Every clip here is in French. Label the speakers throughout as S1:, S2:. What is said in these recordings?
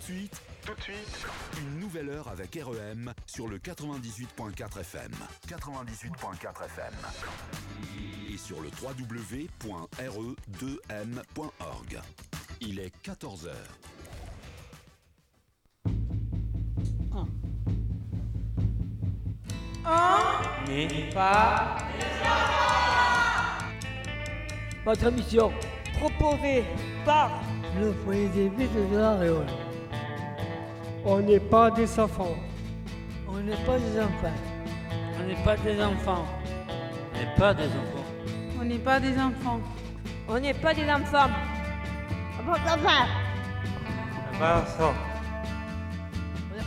S1: suite, tout de suite, une nouvelle heure avec REM sur le 98.4 FM. 98.4 FM. Et sur le E www.re2m.org. Il est 14h.
S2: 1
S3: n'est
S2: pas
S4: Votre émission
S2: proposée par
S4: le foyer des vies de la Réole.
S5: On n'est pas des enfants.
S4: On n'est pas des enfants.
S3: On n'est pas des enfants. On n'est pas des enfants.
S6: On n'est pas des enfants.
S2: On n'est pas des enfants.
S7: Ah
S3: On n'est pas enfants.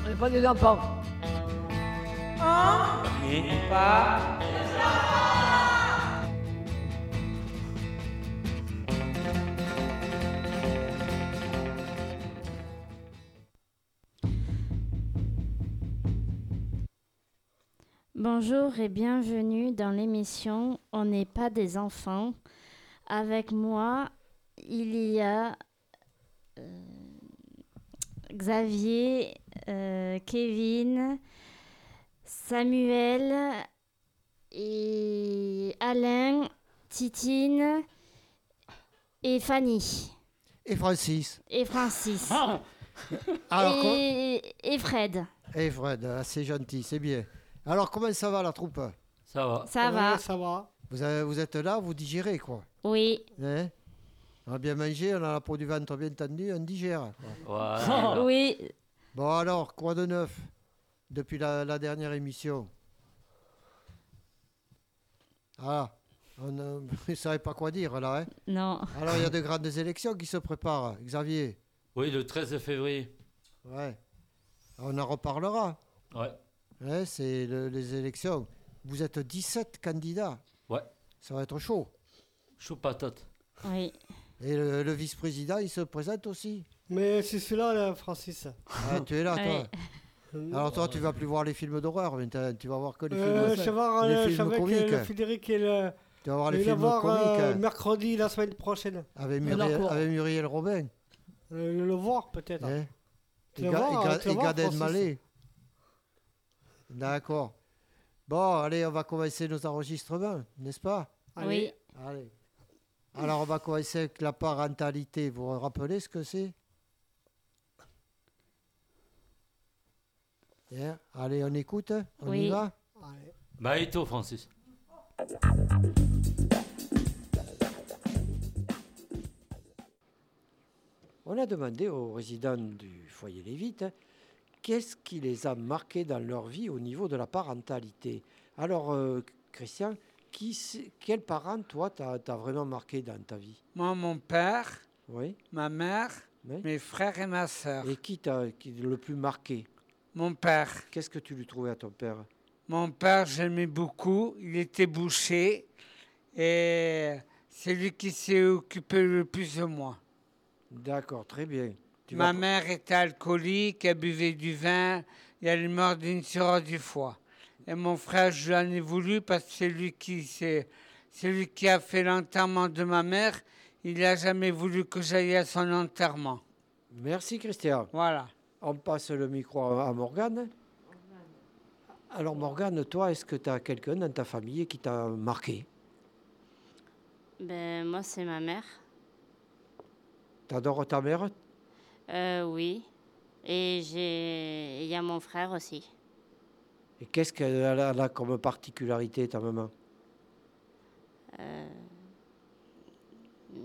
S4: On n'est pas des enfants.
S2: Un
S3: On n'est pas.
S8: Bonjour et bienvenue dans l'émission On n'est pas des enfants. Avec moi, il y a euh, Xavier, euh, Kevin, Samuel et Alain, Titine et Fanny
S9: Et Francis. Ah,
S8: et Francis
S3: Ah.
S5: Ah,
S9: Alors, com-
S8: et, et Fred.
S9: Eh Fred, euh, c'est gentil, c'est bien. Alors comment ça va la troupe
S3: Ça va.
S8: Ça va
S5: Ça va.
S9: vous, avez- vous êtes là, vous digérez quoi.
S8: Oui,
S9: hein on a bien mangé, on a la peau du ventre bien tendue, on digère. quoi.
S3: Voilà.
S8: oui,
S9: Bon alors, quoi de neuf depuis la, la dernière émission Ah, on euh, ne savait pas quoi dire là. hein.
S8: non.
S9: alors il y a de grandes élections qui se préparent, Xavier.
S3: Oui, le 13 février.
S9: Ouais. On en reparlera.
S3: Ouais.
S9: Ouais, c'est le- les élections. Vous êtes 17 candidats.
S3: Ouais.
S9: Ça va être chaud.
S3: Chou patate.
S8: Oui,
S9: Et le, le vice-président, il se présente aussi.
S5: Mais c'est celui-là, là, Francis.
S9: Ah, tu es là, toi.
S5: Euh,
S9: Alors toi, tu vas plus voir les films d'horreur maintenant. Tu vas voir que les
S5: euh,
S9: films.
S5: je
S9: hein.
S5: vais voir
S9: les
S5: euh, je
S9: films
S5: vais avec
S9: comiques.
S5: euh, le Frédéric et le.
S9: Tu vas voir les
S5: il va
S9: films
S5: voir
S9: comiques
S5: euh,
S9: hein,
S5: mercredi la semaine prochaine.
S9: avec,
S4: Bernard
S9: Muriel,
S4: Cour.
S9: avec Muriel Robin.
S5: Euh, le, le voir peut-être.
S9: hein.
S5: Tu
S9: Et,
S5: vas
S9: Ga-
S5: voir,
S9: et Ga-
S5: hein, tu vas
S9: et
S5: voir,
S9: Gad
S5: Francis.
S9: Elmaleh. D'accord. Bon, allez, on va commencer nos enregistrements, n'est-ce pas
S5: Allez.
S9: Allez. Alors, on va commencer avec la parentalité. Vous vous rappelez ce que c'est Bien. Hein Allez, on écoute hein On y
S8: Oui.
S9: va
S5: Allez.
S3: Bah, et toi, Francis
S9: On a demandé aux résidents du foyer Lévite hein, qu'est-ce qui les a marqués dans leur vie au niveau de la parentalité. Alors, euh, Christian, qui, c'est- quel parent, toi, t'as t'as vraiment marqué dans ta vie
S10: Moi, mon père,
S9: Oui.
S10: ma mère,
S9: oui.
S10: mes frères et ma sœur.
S9: Et qui t'a qui le plus marqué
S10: Mon père.
S9: Qu'est-ce que tu lui trouvais à ton père
S10: Mon père, j'aimais beaucoup. Il était boucher. Et c'est lui qui s'est occupé le plus de moi.
S9: D'accord, très bien. Tu
S10: ma
S9: vas-
S10: mère était alcoolique, elle buvait du vin. et Elle est morte d'une cirrhose du foie. Et mon frère, je l'en ai voulu parce que c'est lui qui s'est- c'est lui qui a fait l'enterrement de ma mère. Il n'a jamais voulu que j'aille à son enterrement.
S9: Merci Christian.
S10: Voilà.
S9: On passe le micro à à Morgane. Alors Morgane, toi, est-ce que tu as quelqu'un dans ta famille qui t'a marqué
S8: ben, moi c'est ma mère.
S9: T'adores ta mère
S8: Euh, oui. Et j'ai, il y a mon frère aussi.
S9: Et qu'est-ce qu'elle a, elle a comme particularité, ta maman
S8: Euh,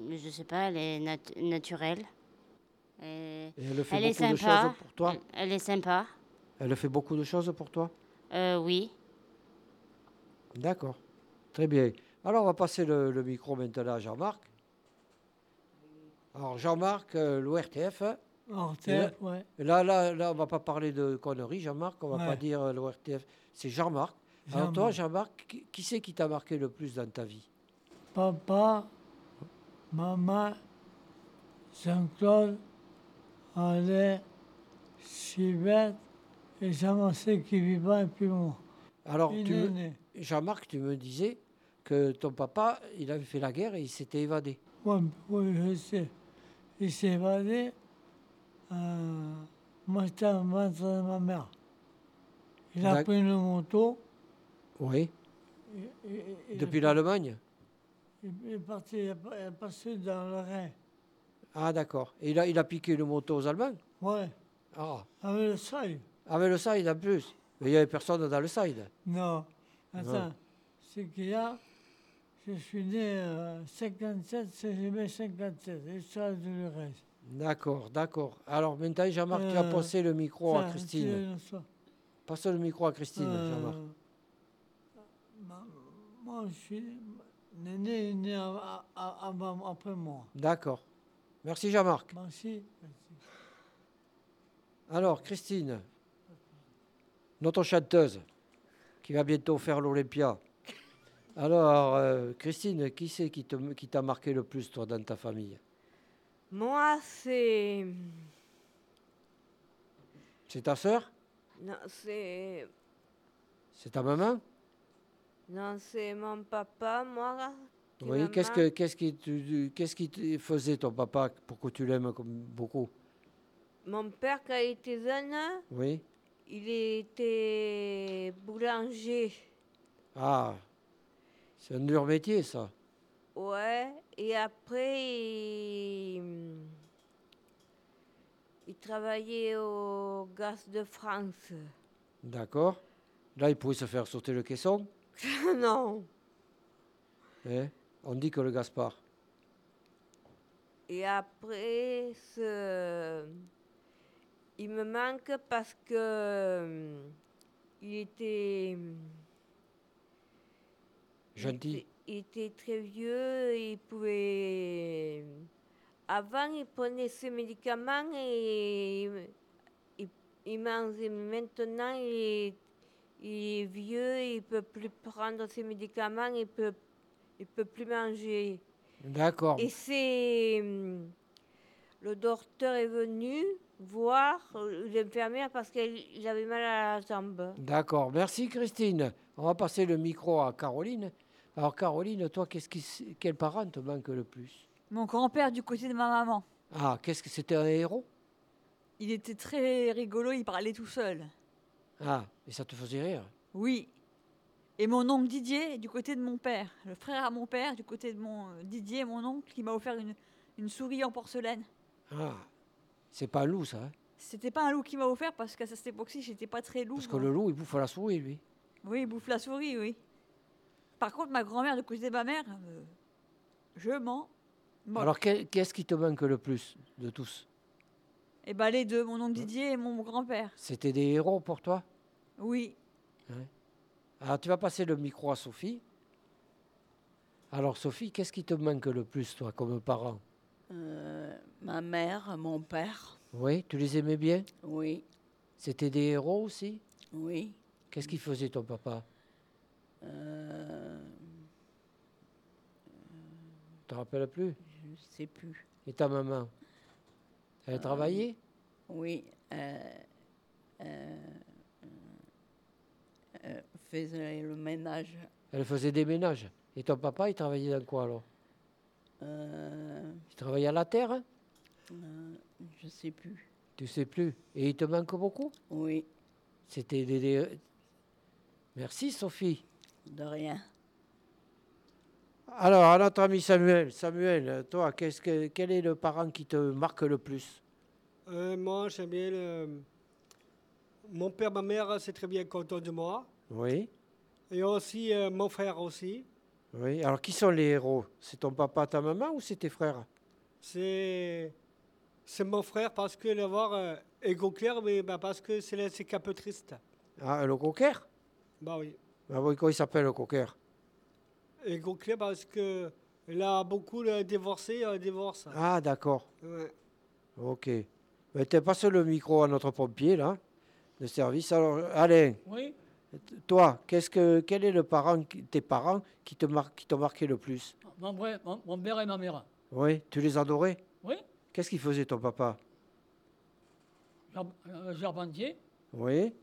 S8: Je sais pas, elle est nat- naturelle. Et
S9: Et Elle fait
S8: Elle est
S9: beaucoup de
S8: sympa.
S9: choses pour toi
S8: Elle est sympa.
S9: Elle fait beaucoup de choses pour toi
S8: Euh, oui.
S9: D'accord. Très bien. Alors on va passer le, le micro maintenant à Jean-Marc. Alors Jean-Marc, euh, l'ORTF,
S4: En
S9: tête,
S4: ouais.
S9: hein. Là, là, là, on va pas parler de conneries, Jean-Marc. On va pas
S4: Ouais.
S9: dire euh, l'ORTF. C'est Jean-Marc. Alors toi, Jean-Marc, qui, qui c'est qui t'a marqué le plus dans ta vie
S4: Papa, maman, Jean-Claude, Alain, Sylvette et Jean-Marcel qui vivent depuis moi.
S9: Alors,
S4: Une
S9: tu me-
S4: année.
S9: Jean-Marc, tu me disais que ton papa, il avait fait la guerre et il s'était évadé.
S4: Oui, oui, je sais. Il s'est évadé euh, moi j'étais dans le ventre de ma mère. Il a
S9: D'ac-
S4: pris le manteau.
S9: Oui.
S4: il- il- il-
S9: Depuis l'Allemagne
S4: Il est parti, il est pa- il est passé dans le Rhin.
S9: Ah, d'accord. Et il a, il a piqué le manteau aux Allemands
S4: Ouais,
S9: Ah,
S4: avec le seuil.
S9: avec Ah, le side en plus. Mais il n'y avait personne dans le side.
S4: Non. Attends, ce qu'il y a, je suis né euh, 57, CGB 57, histoire de le reste.
S9: D'accord, d'accord. Alors maintenant, Jean-Marc, tu as
S4: Euh,
S9: passé le micro à Christine.
S4: Christine, Euh,
S9: Passe le micro à Christine, Jean-Marc.
S4: Moi, je suis né, né, né av- av- avant- après moi.
S9: D'accord. Merci, Jean-Marc.
S4: Merci. merci.
S9: Alors, Christine, notre chanteuse, qui va bientôt faire l'Olympia. Alors, euh, Christine, qui c'est qui te- qui t'a marqué le plus, toi, dans ta famille
S7: Moi, c'est.
S9: C'est ta sœur
S7: Non, c'est.
S9: C'est ta maman
S7: Non, c'est mon papa, moi. là, qui
S9: Oui,
S7: m'a
S9: qu'est-ce
S7: mar-
S9: que qu'est-ce qui te- qu'est-ce qui te faisait ton papa pour que tu l'aimes comme beaucoup
S7: Mon père, quand il était jeune,
S9: Oui.
S7: il était boulanger.
S9: Ah, c'est un dur métier ça.
S7: Ouais. Et après, il. Il travaillait au Gaz de France.
S9: D'accord. Là, il pouvait se faire sauter le caisson.
S7: non.
S9: hein. On dit que le Gaspard.
S7: Et après, ce- il me manque parce que euh, il était il
S9: Gentil.
S7: était- Il était très vieux, et il pouvait. Avant, il prenait ses médicaments et il, il- il mangeait. Maintenant, il est, il est vieux, il peut plus prendre ses médicaments, il peut, il peut plus manger.
S9: D'accord.
S7: Et c'est. hum, Le docteur est venu voir euh, l'infirmière parce qu'il avait mal à la jambe.
S9: D'accord. Merci Christine. On va passer le micro à Caroline. Alors Caroline, toi, qu'est-ce qui s- quel parent te manque le plus
S11: Mon grand-père du côté de ma maman,
S9: Ah, qu'est-ce que c'était un héros
S11: il était très rigolo, il parlait tout seul.
S9: Ah, et ça te faisait rire
S11: Oui. Et mon oncle Didier du côté de mon père, le frère à mon père du côté de mon euh, Didier, mon oncle, qui m'a offert une, une souris en porcelaine.
S9: Ah, c'est pas un loup ça. hein
S11: C'était pas un loup qui m'a offert parce qu'à cette époque-ci, j'étais pas très loup.
S9: Parce que
S11: moi.
S9: le loup, il bouffe à la souris, lui.
S11: Oui, il bouffe la souris, oui. Par contre, ma grand-mère du côté de ma mère, euh, je mens.
S9: Alors, que- qu'est-ce qui te manque le plus de tous
S11: Et bah les deux, mon
S9: Hein
S11: oncle Didier et mon grand-père.
S9: C'était des héros pour toi
S11: Oui.
S9: Ouais. Alors, tu vas passer le micro à Sophie. Alors, Sophie, qu'est-ce qui te manque le plus, toi, comme parent
S12: Euh, ma mère, mon père,
S9: Oui, tu les aimais bien
S12: oui,
S9: C'était des héros aussi
S12: oui.
S9: Qu'est-ce qu'il faisait, ton papa
S12: Euh,
S9: Tu te rappelles plus
S12: je sais plus.
S9: Et ta maman Elle
S12: Euh,
S9: travaillait
S12: Oui. euh, euh, euh, faisait le ménage.
S9: Elle faisait des ménages. Et ton papa, il travaillait dans quoi, alors
S12: euh,
S9: Il travaillait à la terre hein
S12: euh, je sais plus.
S9: Tu sais plus. Et il te manque beaucoup
S12: Oui,
S9: C'était des- des... Merci, Sophie.
S12: de rien.
S9: Alors, à notre ami Samuel, Samuel, toi, qu'est-ce que, quel est le parent qui te marque le plus
S2: Euh, moi, j'aime bien le- Mon père, ma mère, c'est très bien content de moi.
S9: Oui,
S2: Et aussi, euh, mon frère aussi.
S9: oui. Alors, qui sont les héros C'est ton papa, ta maman ou c'est tes frères
S2: C'est... C'est mon frère parce que l'avoir euh, est clair, mais bah, parce que c'est là, c'est qu'un peu triste.
S9: Ah, le coquer
S2: Bah oui.
S9: Ah oui, comment il s'appelle le coquer
S2: Égo clair parce que là, beaucoup le divorcé, euh, divorce.
S9: Ah, d'accord.
S2: Ouais.
S9: Ok. Mais t'es passé le micro à notre pompier, là, de service. Alors, Alain,
S2: Oui.
S9: t- toi, qu'est-ce que, quel est le parent, qui- tes parents qui te mar- qui t'ont marqué le plus
S13: Mon, vrai- mon- mon père et ma mère.
S9: Oui, tu les adorais
S13: Oui.
S9: Qu'est-ce qu'il faisait ton papa
S13: Jar- euh, Jarpentier.
S9: Oui.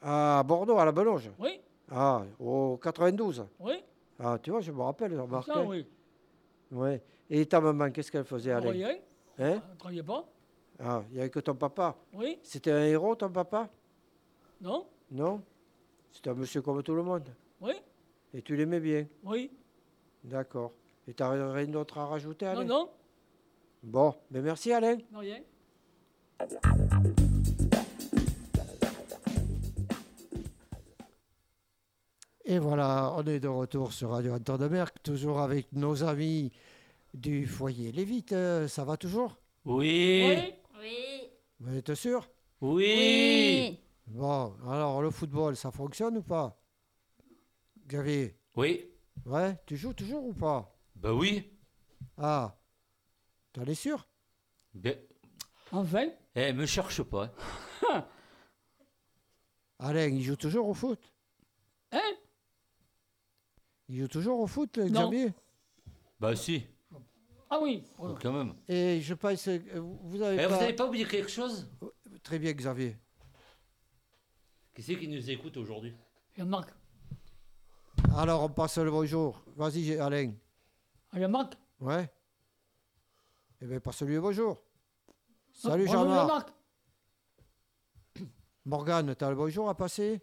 S9: À Bordeaux, à la Belonge
S13: Oui.
S9: Ah, au 92
S13: Oui.
S9: Ah, tu vois, je me rappelle, j'ai remarqué.
S13: Ça, oui.
S9: Ouais. Et ta maman, qu'est-ce qu'elle faisait,
S13: Elle
S9: Alain
S13: travaillait.
S9: Hein
S13: Elle travaillait pas.
S5: Ah, il n'y avait que ton papa
S13: Oui.
S5: C'était un héros, ton papa
S13: Non
S5: Non C'était un monsieur comme tout le monde
S13: Oui
S5: Et tu l'aimais bien
S13: Oui.
S5: D'accord. Et tu n'as rien d'autre à rajouter, Alain
S13: Non, non.
S5: Bon, mais merci, Alain.
S13: Non, rien.
S5: Et voilà, on est de retour sur Radio Anton de Merck, toujours avec nos amis du foyer Lévite. Euh, Ça va toujours
S14: Oui.
S15: Oui.
S5: Vous êtes sûr
S14: Oui.
S5: Bon, alors le football, ça fonctionne ou pas Xavier
S3: Oui.
S5: Ouais, tu joues toujours ou pas
S3: Bah oui.
S5: Ah, t'en es sûr
S3: Ben,
S13: Enfin
S3: eh, me cherche pas.
S5: Alain, il joue toujours au foot
S13: Hein
S5: Il joue toujours au foot, euh,
S13: Non.
S5: Xavier
S3: Bah si,
S13: Ah oui.
S3: Oh, quand même.
S5: Et je pense que euh, vous avez
S3: Eh, vous
S5: pas...
S3: n'avez pas oublié quelque chose
S5: Très bien, Xavier.
S3: Qui c'est qui nous écoute aujourd'hui
S13: Il y a Marc.
S5: Alors, on passe le bonjour. Vas-y, j'ai- Alain.
S13: Ah, Il y a Marc.
S5: Ouais Eh bien, passe-lui le bonjour. Salut,
S13: Bonjour, il y a
S5: Jean-Marc.
S13: Marc.
S5: Morgane, t'as le bonjour à passer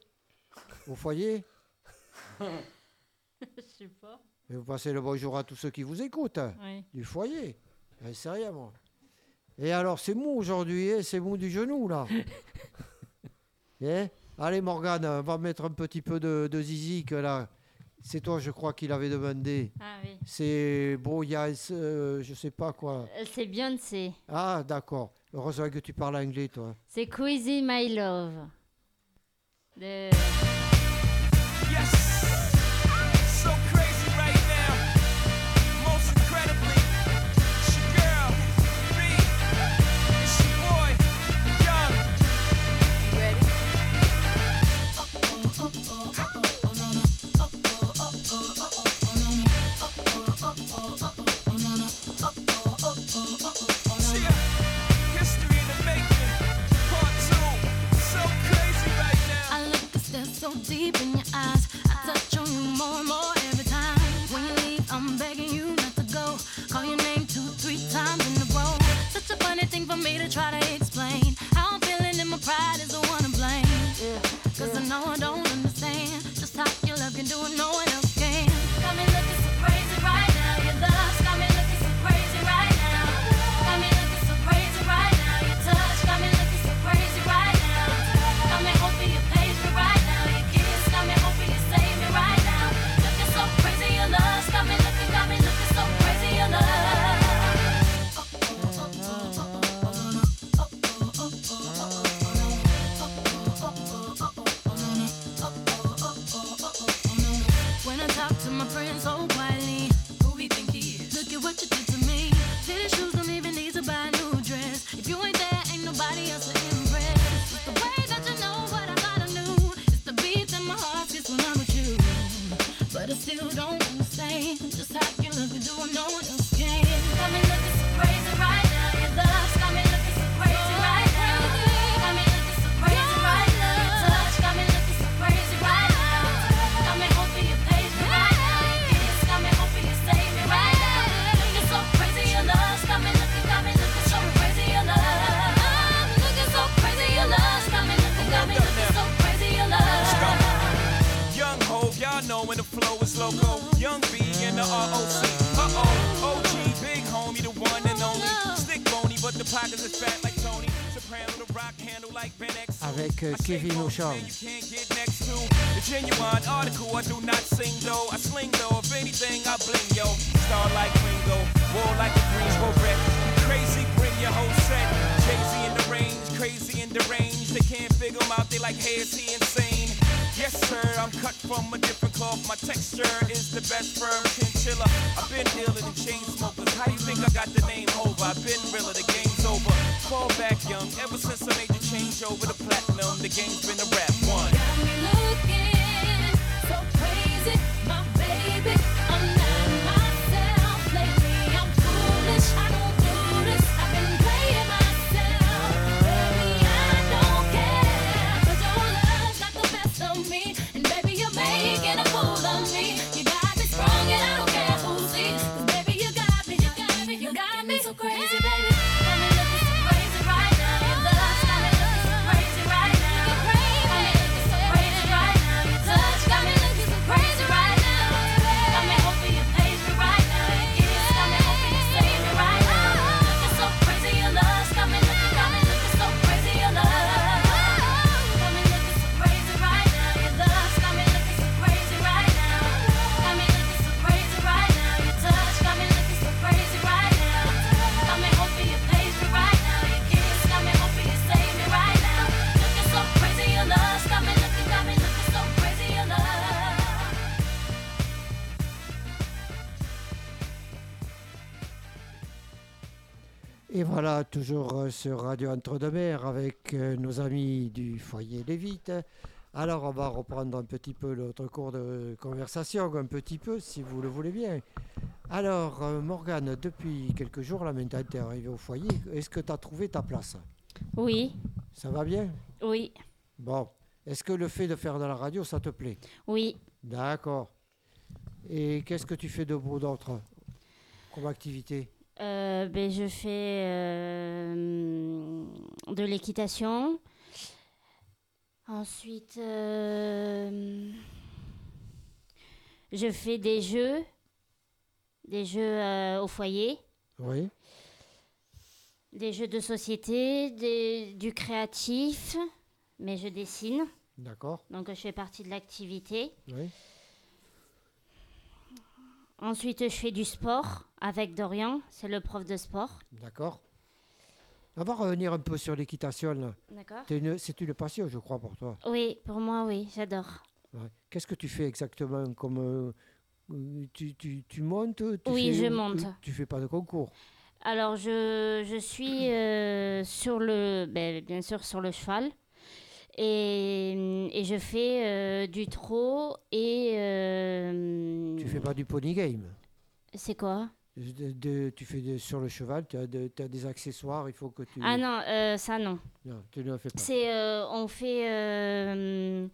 S5: Au foyer
S8: Je sais pas.
S5: Et vous passez le bonjour à tous ceux qui vous écoutent. hein,
S8: Oui.
S5: Du foyer. Eh, sérieux, moi. Et alors, c'est mou aujourd'hui, hein, c'est mou du genou, là. Eh Allez, Morgane, on va mettre un petit peu de, de zizik, là. C'est toi, je crois, qui l'avait demandé.
S15: Ah oui.
S5: C'est Boyas, euh, je sais pas quoi.
S15: Euh, C'est Beyoncé.
S5: Ah, d'accord. Heureusement que tu parles anglais, toi.
S15: C'est Queasy My Love. De...
S16: So crazy right now. Most incredibly, it's your girl, B. It's your boy, Young. You ready? Yeah. History in the making, part two. So crazy right now.
S17: I look cause they're so deep in your eyes. I touch on you more and more every time. When you leave, I'm begging you not to go. Call your name two, three times in a row. Such a funny thing for me to try to explain. How I'm feeling and my pride is the one to blame. Cause I know I don't understand. Just how your love can do what no one else can. Got me looking so crazy right now. Your love's got me looking so crazy right now. Got me looking so crazy right now. Your touch got me looking so crazy right now. Got me hoping you page me right now. Your kiss got me hoping you save me right now. Looking so crazy, your love's got me looking, got me looking so crazy, your love. When I talk to my friends so quietly, who he think he is? Look at what you did to me. City shoes don't even need to buy a new dress. If you ain't there, ain't nobody else to impress. It's the way that you know what I thought I knew. It's the beat that my heart gets when I'm with you. But I still don't understand just how you look and do what no one else can. Got me looking so crazy right now. Your love's got me looking so crazy right now. Got me looking so crazy right now. Your touch got me looking so crazy right now. Got me hoping you page me right now. Your kiss got me hoping you save me right now. Looking so crazy, your love's got me looking, got me looking so crazy, your love. I'm looking so crazy, your love's got me looking, got me looking so crazy, your love.
S16: Young Ho, y'all know when the flow is loco. Young B in the ROC. Uh oh, OG, big homie, the one and only. Stick bony, but the pockets is fat like Tony. Soprano, the rock handle like Ben X.
S5: Avec euh, Kevin Auchan.
S16: Can't get next to the genuine article. I do not sing though. I sling though. If anything, I bling yo. Star like Ringo, war like a Greensboro wreck. Crazy, bring your whole set. Crazy in the range, crazy in the range. They can't figure him out. They like, hey, is he insane? Yes, sir, I'm cut from a different cloth. My texture is the best firm chinchilla. I've been dealing in chain smokers. How you think I got the name over? I've been realer, the game's over. Fall back young, ever since I made the change over to platinum, the game's been a rap one.
S17: Crazy, baby. Got me looking so crazy right
S5: Et voilà, toujours euh, sur Radio Entre-deux-Mers avec euh, nos amis du foyer Lévite. Alors, on va reprendre un petit peu notre cours de conversation, un petit peu, si vous le voulez bien. Alors, euh, Morgane, depuis quelques jours, là maintenant, tu es arrivée au foyer. Est-ce que tu as trouvé ta place
S8: Oui,
S5: Ça va bien
S8: oui,
S5: Bon. Est-ce que le fait de faire de la radio, ça te plaît
S8: oui.
S5: D'accord. Et qu'est-ce que tu fais de beau d'autre comme activité
S8: Euh, ben, je fais euh, de l'équitation. Ensuite, euh, je fais des jeux, des jeux euh, au foyer,
S5: Oui.
S8: des jeux de société, des- du créatif, mais je dessine.
S5: D'accord.
S8: Donc, je fais partie de l'activité.
S5: Oui.
S8: Ensuite, je fais du sport avec Dorian, c'est le prof de sport.
S5: D'accord. On va revenir un peu sur l'équitation. là.
S8: D'accord.
S5: T'es une- C'est une passion, je crois, pour toi.
S8: Oui, pour moi, oui, j'adore.
S5: Ouais. Qu'est-ce que tu fais exactement comme euh, euh, tu, tu- tu montes tu
S8: Oui,
S5: fais-
S8: je
S5: euh,
S8: monte.
S5: Tu fais pas de concours.
S8: Alors, je, je suis euh, sur le, ben, bien sûr sur le cheval et, et je fais euh, du trot et... euh,
S5: Tu fais pas du pony game.
S8: C'est quoi
S5: De- de- tu fais de- sur le cheval. Tu as, de- t'as des accessoires. Il faut que tu.
S8: Ah non, euh, ça non.
S5: Non, tu ne le fais pas.
S8: C'est, euh, on fait... euh,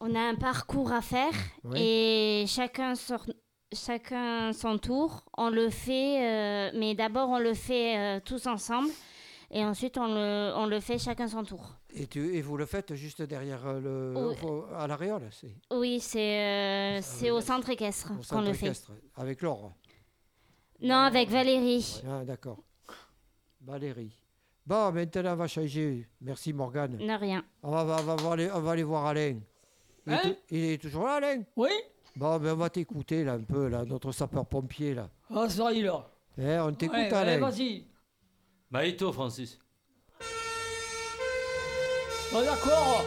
S8: on a un parcours à faire
S5: Oui.
S8: et chacun, sort- chacun son tour. On le fait, euh, mais d'abord on le fait euh, tous ensemble et ensuite on le, on le fait chacun son tour.
S5: Et, tu, et vous le faites juste derrière euh, le
S8: Oui.
S5: au- à l'aréole, c'est
S8: Oui, c'est euh, c'est au centre équestre
S5: au
S8: Ah, qu'on
S5: centre
S8: le fait.
S5: équestre, avec l'or.
S8: Non, avec Valérie.
S5: Ah, d'accord. Valérie. Bon, maintenant, on va changer. Merci, Morgane.
S8: Ne rien.
S5: On va, va- va- va aller, on va aller voir Alain. Il, est
S9: Hein
S5: tou- il est toujours là, Alain
S13: Oui.
S5: Bon, ben, on va t'écouter, là, un peu, là, notre sapeur-pompier, là.
S13: Ah, ça, il est là.
S5: Eh, on t'écoute,
S13: Ouais, allez,
S5: Alain.
S13: vas-y.
S3: Bah, et toi, Francis
S13: Bon, d'accord.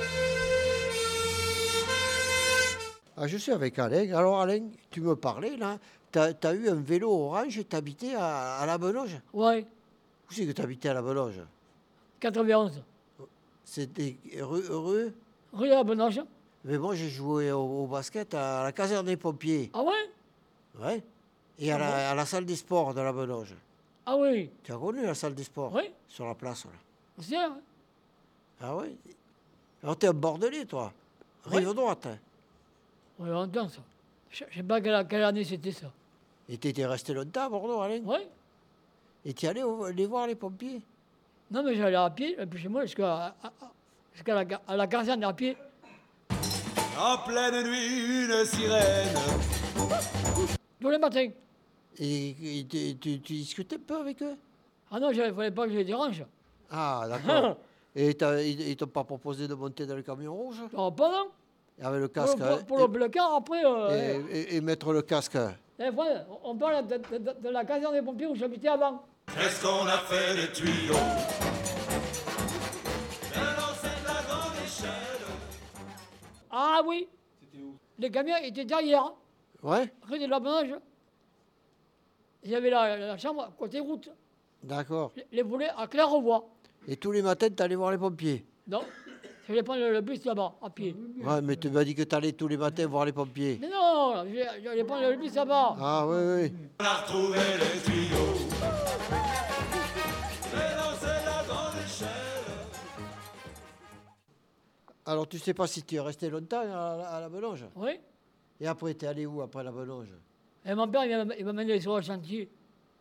S5: Ah, je suis avec Alain. Alors, Alain, tu me parlais, là. T'as as eu un vélo orange, t'habitais à, à la Beloge
S13: Ouais,
S5: Où c'est que t'habitais à la Beloge
S13: 91.
S5: C'était rue, rue
S13: Rue à Benage.
S5: Mais moi, j'ai joué au, au basket à la caserne des pompiers.
S13: Ah ouais
S5: Ouais. Et à la, à la salle des sports de la Beloge.
S13: Ah oui.
S5: Tu as connu la salle des sports
S13: Oui.
S5: Sur la place, là.
S13: C'est hein.
S5: Ah oui Alors, t'es un Bordelais, toi Rive droite. hein.
S13: Ouais, on entend ça. Je je sais pas quelle, quelle année c'était ça.
S5: Et t'étais resté longtemps à Bordeaux, Alain
S13: Oui.
S5: Et t'es allé au- les voir, les pompiers
S13: Non, mais j'allais à pied, et puis chez moi, jusqu'à à- à- jusqu'à la, ga- à la caserne à pied.
S18: En pleine nuit, une sirène.
S13: Tous les matins.
S5: Et, et tu, tu- tu discutais un peu avec eux
S13: Ah non, il fallait pas que je les dérange.
S5: Ah, d'accord. et t'as- ils ils t'ont pas proposé de monter dans le camion rouge
S13: Ah, pas non.
S5: Avec le
S13: Pour,
S5: casque
S13: pour-
S5: hein,
S13: pour le bloquer, après. euh,
S5: et, et- et- et mettre le casque
S13: eh, eh, voilà, on parle de, de- de- de la caserne des pompiers où j'habitais avant.
S18: Qu'est-ce qu'on a fait de tuyaux
S13: Ah oui. Les camions étaient derrière,
S5: Ouais
S13: rue de la Benage. Il y avait la, la chambre côté route,
S5: D'accord.
S13: les- les volets à claire-voie.
S5: Et tous les matins, t'allais voir les pompiers
S13: Donc, je vais prendre le bus là-bas, à pied.
S5: Ouais, mais tu m'as dit que t'allais tous les matins voir les pompiers.
S13: Mais non, je vais- je vais prendre le bus là-bas.
S5: Ah, oui, oui.
S18: On a retrouvé les tuyaux.
S5: Alors, tu sais pas si tu es resté longtemps à, la- à la Belonge
S13: Oui.
S5: Et après, t'es allé où après la Belonge
S13: Et mon père, il m'a- il m'a mené sur le chantier,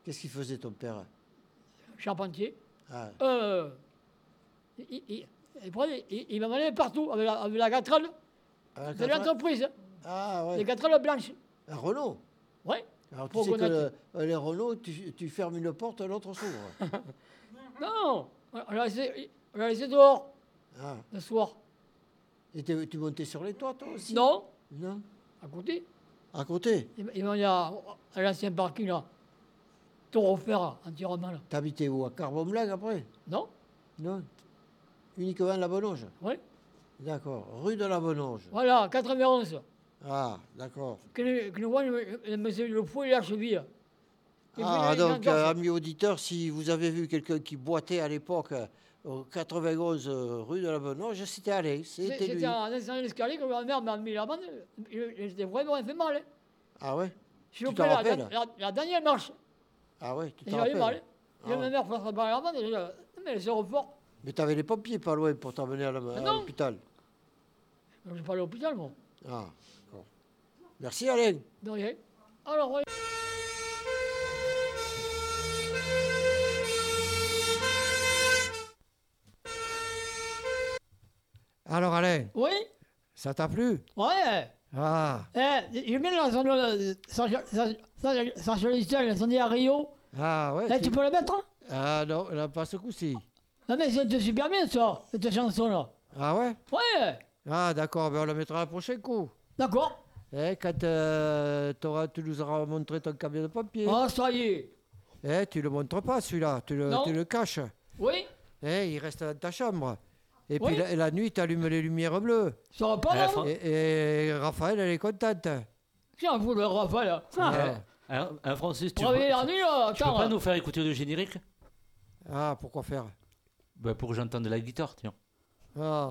S5: Qu'est-ce qu'il faisait ton père
S13: charpentier.
S5: Ah,
S13: Euh, il il- il prenait- il- il m'a mené partout avec la, avec la gatrelle
S5: Ah,
S13: de l'entreprise. hein.
S5: Ah, ouais.
S13: Les gatrelles blanches.
S5: Un Renault
S13: Oui.
S5: Alors, tu
S13: Pour
S5: sais que
S13: reconnaître.
S5: le- les Renault, tu, tu fermes une porte, l'autre s'ouvre.
S13: Non, on on l'a laissé, on l'a laissé dehors
S5: ah.
S13: le soir.
S5: Et t'es- tu montais sur les toits, toi aussi
S13: Non,
S5: Non.
S13: à côté.
S5: À côté
S13: Il m'a- il m'a mis à, à l'ancien parking là. Tout refaire entièrement là.
S5: T'habitais où À Carbon Blanc après
S13: Non
S5: Non. Uniquement la Bononge
S13: Oui.
S5: D'accord. Rue de la Bononge.
S13: Voilà, 91.
S5: Ah, d'accord.
S13: Que, nous- que nous voit le, le monsieur le fou et la cheville.
S5: Ah,
S13: voulait une
S5: donc, euh,
S13: endorse.
S5: amis auditeurs, si vous avez vu quelqu'un qui boitait à l'époque euh, au 91 euh, rue de la Benoge, c'était Alain,
S13: C'est-
S5: c'était lui.
S13: C'était en descendant l'escalier que ma mère m'a mis la main. J'étais vraiment fait mal. hein.
S5: Ah ouais
S13: J'ai
S5: Tu
S13: loupé
S5: t'en
S13: la,
S5: rappelles
S13: la, la dernière marche.
S5: Ah ouais, tu
S13: Et
S5: t'en
S13: J'avais mal.
S5: rappelles
S13: J'ai
S5: Ah
S13: ma
S5: ouais.
S13: mère face à la amende, et j'ai- mais c'est report.
S5: Mais t'avais les pompiers pas loin pour t'emmener à la- à
S13: Ah non.
S5: l'hôpital.
S13: Je vais pas aller à l'hôpital, moi.
S5: Ah, d'accord. Merci Alain.
S13: De rien. Alors, ouais.
S5: Alors Alain,
S13: Oui
S5: ça t'a plu
S13: Ouais
S5: Ah,
S13: Eh, J'ai mis l'incendie euh, sans- sans- sans- sans solliciter l'incendie à Rio.
S5: ah ouais.
S13: Là, tu peux la mettre hein
S5: Ah non, là, pas ce coup-ci.
S13: Non, mais c'était super bien, ça, cette chanson-là.
S5: Ah ouais
S13: Ouais
S5: Ah d'accord, ben on le mettra à la prochain coup.
S13: D'accord.
S5: Eh, quand euh, t'auras- tu nous auras montré ton camion de pompier.
S13: Ah, ça y est
S5: Eh, tu le montres pas celui-là, tu le,
S13: Non.
S5: tu le caches.
S13: Oui
S5: Eh, il reste dans ta chambre. Et
S13: Oui.
S5: puis la, la nuit, tu allumes les lumières bleues.
S13: Ça va pas, non Ah.
S5: et, et Raphaël, elle est contente.
S13: Tiens, vous, le Ah. Rafa, là
S5: Ah.
S3: Alors, alors, alors, Hein, Francis, Ah, tu,
S13: Travailler la nuit, là,
S3: tu peux
S13: attends.
S3: pas nous faire écouter le générique
S5: Ah, pourquoi faire
S3: bah, Pour que j'entende la guitare, tiens.
S5: Ah.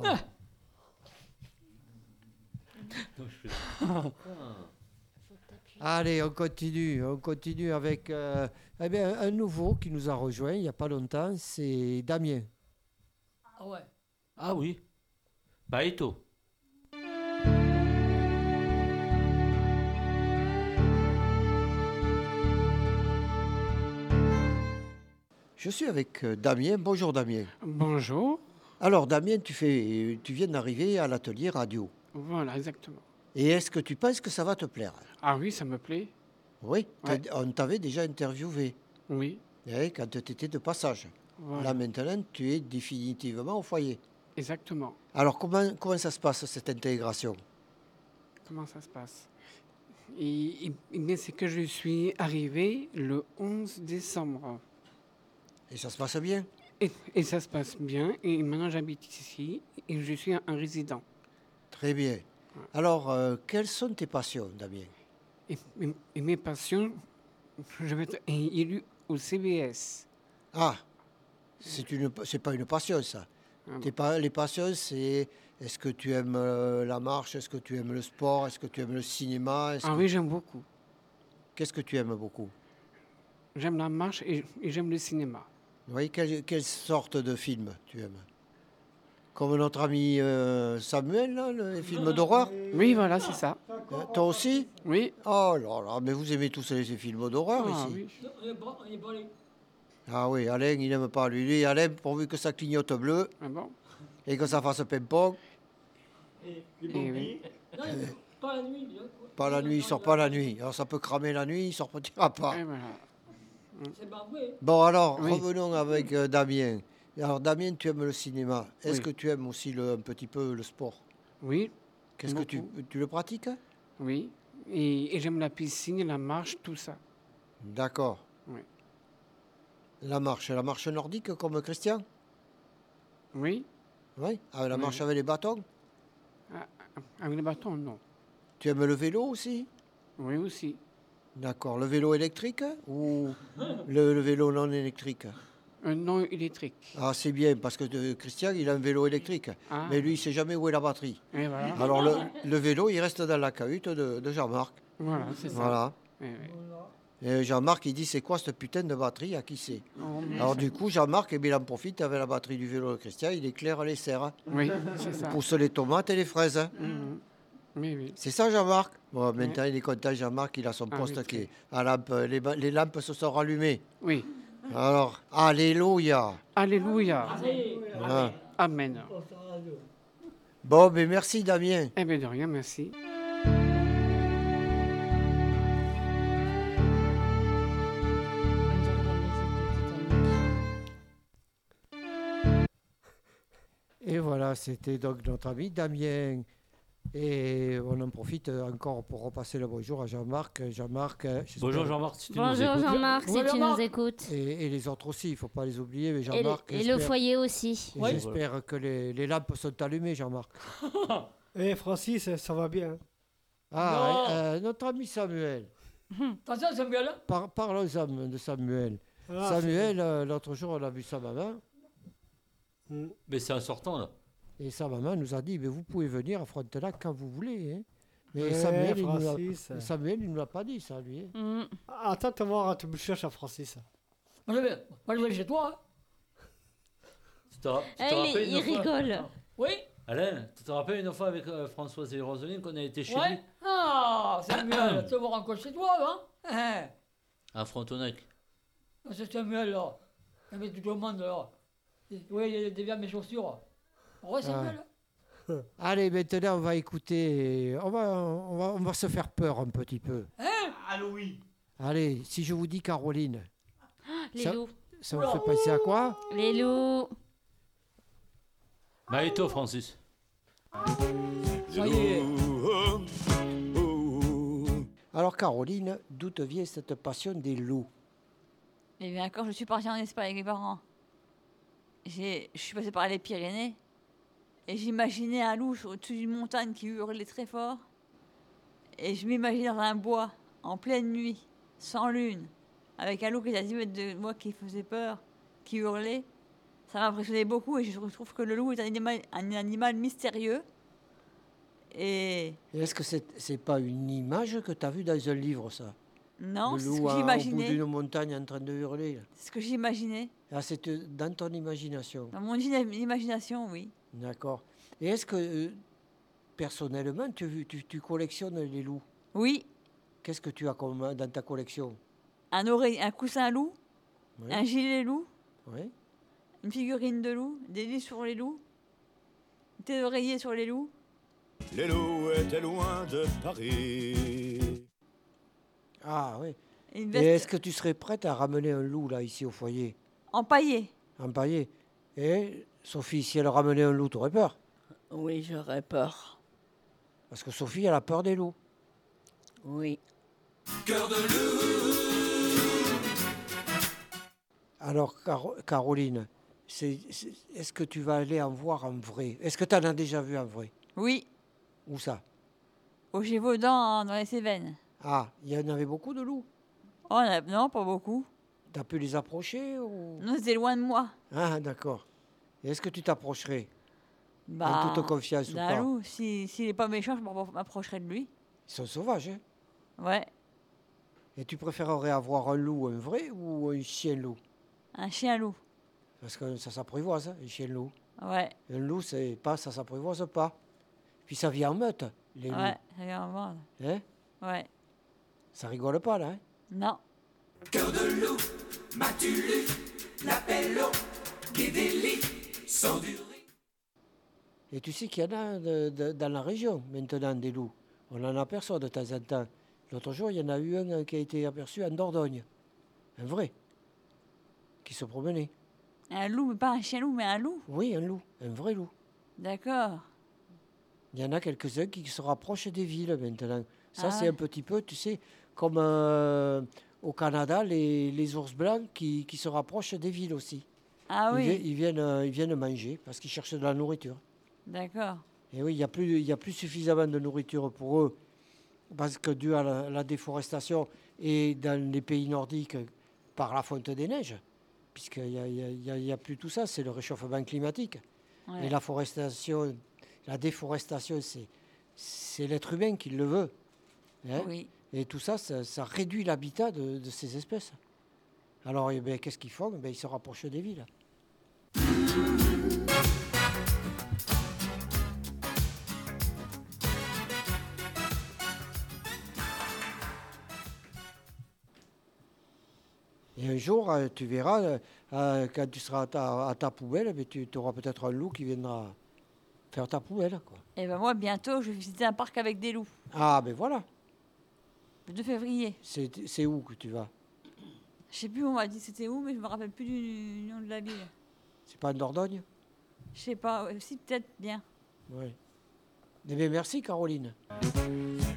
S5: Allez, on continue, on continue avec euh, eh bien, un nouveau qui nous a rejoint il n'y a pas longtemps, c'est Damien.
S13: Ah ouais.
S3: Ah oui. Baeto.
S5: Je suis avec euh, Damien. Bonjour Damien.
S10: Bonjour.
S5: Alors Damien, tu, fais, tu viens d'arriver à l'atelier radio.
S10: Voilà, exactement.
S5: Et est-ce que tu penses que ça va te plaire
S10: Ah oui, ça me plaît.
S5: Oui, t'as-
S10: Ouais.
S5: on t'avait déjà interviewé.
S10: Oui.
S5: Eh, quand tu étais de passage.
S10: Voilà.
S5: Là maintenant, tu es définitivement au foyer.
S10: Exactement.
S5: Alors comment, comment ça se passe cette intégration
S10: Comment ça se passe et, et- eh bien, c'est que je suis arrivé le 11 décembre.
S5: Et ça se passe bien
S10: et, et ça se passe bien. Et maintenant, j'habite ici et je suis un, un résident.
S5: Très bien. Alors, euh, quelles sont tes passions, Damien
S10: Et, et- et mes passions, je vais être élu au CBS.
S5: Ah, c'est une, c'est pas une passion ça.
S10: Ah
S5: Tes pa- les passions, c'est est-ce que tu aimes euh, la marche, est-ce que tu aimes le sport, est-ce que tu aimes le cinéma. est-ce
S10: Ah
S5: que-
S10: oui, j'aime beaucoup.
S5: Qu'est-ce que tu aimes beaucoup
S10: J'aime la marche et, et j'aime le cinéma.
S5: Oui, quelle, quelle sorte de film tu aimes Comme notre ami euh, Samuel, là, le film d'horreur Euh,
S10: Oui, voilà, c'est ça.
S5: toi aussi
S10: Oui.
S5: Oh là là, mais vous aimez tous les films d'horreur
S10: Ah
S5: ici
S10: oui.
S13: On est pas- on est pas allé.
S5: Ah oui, Alain, il n'aime pas lui. Lui, Alain, pourvu que ça clignote bleu
S10: Ah bon
S5: et que ça fasse ping-pong.
S10: Eh oui.
S13: Non, pas la nuit. non.
S5: Pas la nuit, il sort pas la nuit. Alors ça peut cramer la nuit, il sort sortira pas.
S13: C'est pas vrai.
S5: Bon alors,
S10: Eh ben. Oui.
S5: revenons avec euh, Damien. Alors Damien, tu aimes le cinéma. Est-ce
S10: Oui.
S5: que tu aimes aussi le- un petit peu le sport
S10: Oui.
S5: Qu'est-ce que tu, tu le pratiques
S10: Oui. Et, et j'aime la piscine, la marche, tout ça.
S5: D'accord.
S10: Oui.
S5: La marche, la marche nordique comme Christian
S10: Oui.
S5: Oui. Ah, la
S10: Oui.
S5: marche avec les bâtons.
S10: Ah, Avec le bâton, non.
S5: Tu aimes le vélo aussi
S10: Oui, aussi.
S5: D'accord. Le vélo électrique ou le- le vélo non électrique
S10: Un non électrique.
S5: Ah, c'est bien, parce que euh, Christian, il a un vélo électrique.
S10: Ah.
S5: Mais lui, il ne sait jamais où est la batterie.
S10: Et voilà.
S5: Alors, le, le vélo, il reste dans la cahute de, de Jean-Marc.
S10: Voilà, c'est ça.
S5: Voilà.
S10: Eh oui.
S5: Et Jean-Marc, il dit C'est quoi cette putain de batterie À qui c'est
S10: Oh, mais
S5: Alors,
S10: ça-
S5: du coup, Jean-Marc, eh bien, il en profite avec la batterie du vélo de Christian, il éclaire les serres.
S10: Oui, c'est ça.
S5: Pousse les tomates et les fraises. hein.
S10: Mhm. Oui, oui.
S5: C'est ça, Jean-Marc Bon, maintenant, il est content, Jean-Marc, il a son
S10: Ah,
S5: poste
S10: oui,
S5: qui
S10: très.
S5: est à lampe. Les, ba- les lampes se sont rallumées.
S10: Oui.
S5: Alors, Alléluia
S10: Alléluia.
S4: Ah.
S5: Hein.
S10: Amen.
S5: Bon, ben merci, Damien.
S10: Eh bien, de rien, merci.
S5: Et voilà, c'était donc notre ami Damien. Et on en profite encore pour repasser le bonjour à Jean-Marc. Jean-Marc, euh, j'espère-
S3: Bonjour Jean-Marc, si tu nous
S9: Bonjour
S3: écoutes.
S9: Jean-Marc, si
S3: Bonjour
S9: tu
S3: Jean-Marc.
S9: nous écoutes.
S5: Et, et les autres aussi, il ne faut pas les oublier. Mais
S9: Et, le-
S5: Jean-Marc,
S9: et le
S5: j'espère-
S9: foyer aussi.
S5: et J'espère que les, les lampes sont allumées, Jean-Marc.
S2: Eh Francis, ça va bien.
S5: Ah,
S2: Non.
S5: euh, notre ami Samuel.
S13: Attention, Samuel. hein.
S9: Par- parlons Sam- de Samuel.
S13: Ah,
S9: Samuel, euh, l'autre jour, on a vu sa maman.
S19: Mais c'est un sortant, là.
S9: Et sa maman nous a dit, mais vous pouvez venir à Frontenac quand vous voulez. hein. Mais
S2: Eh,
S9: Samuel, il nous a-
S2: Francis. Mmh.
S9: mais Samuel, il ne nous l'a pas dit, ça, lui. hein.
S13: Mm.
S2: Attends, te voir, hein, tu me cherches à Francis. hein.
S13: Moi, je vais, moi, je vais chez toi. hein.
S19: Tu te ra- tu te
S13: Ah, il est-
S19: rappelles une
S13: il
S19: fois-
S13: rigole. Oui
S19: Alain, tu te rappelles une fois avec euh, Françoise et Roseline qu'on a été chez lui
S13: Ouais. Ah, Samuel, tu vas encore chez toi, hein
S19: à Frontenac
S13: Ah, C'est Samuel, là. Eh, Il met tout le monde, là. Il- Oui, il dévient mes chaussures. Ouais, Samuel.
S9: ah. Allez, maintenant, on va écouter. On va, on, va, on va se faire peur un petit peu.
S13: Hein
S19: Allô, oui.
S9: Allez, si je vous dis Caroline.
S8: Ah, Les
S9: ça,
S8: loups.
S9: Ça vous fait penser à quoi
S8: Les loups.
S3: Bah,
S19: Maëto, Francis.
S9: Alors, Caroline, d'où te vient cette passion des loups
S11: Eh bien, quand je suis partie en Espagne avec mes parents, j'ai- je suis passée par les Pyrénées et j'imaginais un loup sur- au-dessus d'une montagne qui hurlait très fort. Et je m'imaginais dans un bois, en pleine nuit, sans lune, avec un loup qui était à 10 mètres de moi qui faisait peur, qui hurlait. Ça m'impressionnait beaucoup et je trouve que le loup est un animal, un animal mystérieux. Et
S9: Et Est-ce que c'est c'est pas une image que tu as vue dans un livre, ça
S11: non,
S9: Le
S11: c'est ce
S9: loup
S11: que
S9: à- au bout
S11: j'imaginais.
S9: d'une montagne en train de hurler.
S11: C'est ce que j'imaginais.
S9: Ah, c'est euh, dans ton imagination.
S11: Dans mon ina- imagination, oui.
S9: D'accord. Et est-ce que, euh, personnellement, tu, tu, tu collectionnes les loups
S11: Oui.
S9: Qu'est-ce que tu as comme, euh, dans ta collection
S11: un, oreille, un coussin loup,
S9: Oui.
S11: un gilet loup,
S9: Oui.
S11: une figurine de loup, des lits sur les loups, une tête d'oreiller sur les loups.
S1: Les loups étaient loin de Paris.
S9: Ah oui.
S11: Et une
S9: Et est-ce
S11: veste
S9: que tu serais prête à ramener un loup, là, ici, au foyer
S11: empaillée.
S9: Empaillé Et, Sophie, si elle ramenait un loup, t'aurais peur
S12: Oui, j'aurais peur.
S9: Parce que Sophie, elle a peur des loups.
S12: Oui.
S9: Alors, Caro- Caroline, c'est- c'est- est-ce que tu vas aller en voir en vrai Est-ce que tu en as déjà vu en vrai
S11: Oui.
S9: Où ça
S11: Au Gévaudan, dans les Cévennes.
S9: Ah, il y en avait beaucoup de loups.
S11: Oh, là- non, pas beaucoup.
S9: T'as pu les approcher ou...
S11: Non, c'était loin de moi.
S9: Ah, d'accord. Et Est-ce que tu t'approcherais
S11: Bah,
S9: En toute confiance ou
S11: d'un
S9: pas
S11: loup, si- s'il n'est pas méchant, je m'appro- m'approcherai de lui.
S9: Ils sont sauvages, hein
S11: Ouais.
S9: Et tu préférerais avoir un loup, un vrai, ou un chien-loup
S11: Un chien loup.
S9: Parce que ça s'apprivoise, hein, un chien-loup.
S11: Ouais.
S9: Un loup, c'est pas, ça s'apprivoise pas. Puis ça vit en meute, les loups.
S11: Ouais, ça vient en voir, là.
S9: Hein
S11: Ouais.
S9: ça rigole pas, là. hein
S11: Non.
S9: Et tu sais qu'il y en a de- de- dans la région, maintenant, des loups. On en aperçoit de temps en temps. L'autre jour, il y en a eu un euh, qui a été aperçu en Dordogne. Un vrai. Qui se promenait.
S11: Un loup, mais pas un chien loup, mais un loup.
S9: Oui, un loup. Un vrai loup.
S11: D'accord.
S9: Il y en a quelques-uns qui se rapprochent des villes maintenant. Ça,
S11: Ah
S9: c'est
S11: ouais.
S9: un petit peu, tu sais, comme euh, au Canada, les, les ours blancs qui, qui se rapprochent des villes aussi.
S11: Ah
S9: Ils
S11: oui.
S9: vi- Ils, viennent, euh, ils viennent manger parce qu'ils cherchent de la nourriture.
S11: D'accord.
S9: Et oui, il n'y a, plus- il y a plus suffisamment de nourriture pour eux parce que dû à la, la déforestation et dans les pays nordiques par la fonte des neiges, puisqu'il n'y a, il y a- il y a- il y a plus tout ça, c'est le réchauffement climatique.
S11: Ouais.
S9: Et la, forestation, la déforestation, c'est, c'est l'être humain qui le veut. hein.
S11: Oui.
S9: Et tout ça, ça, ça réduit l'habitat de, de ces espèces. Alors, eh ben, qu'est-ce qu'ils font Eh ben, Ils se rapprochent des villes. Et un jour, euh, tu verras, euh, euh, quand tu seras à ta, à ta poubelle, eh ben, tu auras peut-être un loup qui viendra faire ta poubelle. quoi.
S11: Et ben moi, bientôt, je vais visiter un parc avec des loups.
S9: Ah, ben voilà,
S11: Le 2 février.
S9: c'est c'est où que tu vas
S11: Je sais plus, on m'a dit c'était où, mais je me rappelle plus du nom de la ville.
S9: C'est pas en Dordogne
S11: Je sais pas, ouais, si peut-être bien.
S9: Oui. Eh bien, merci, Caroline.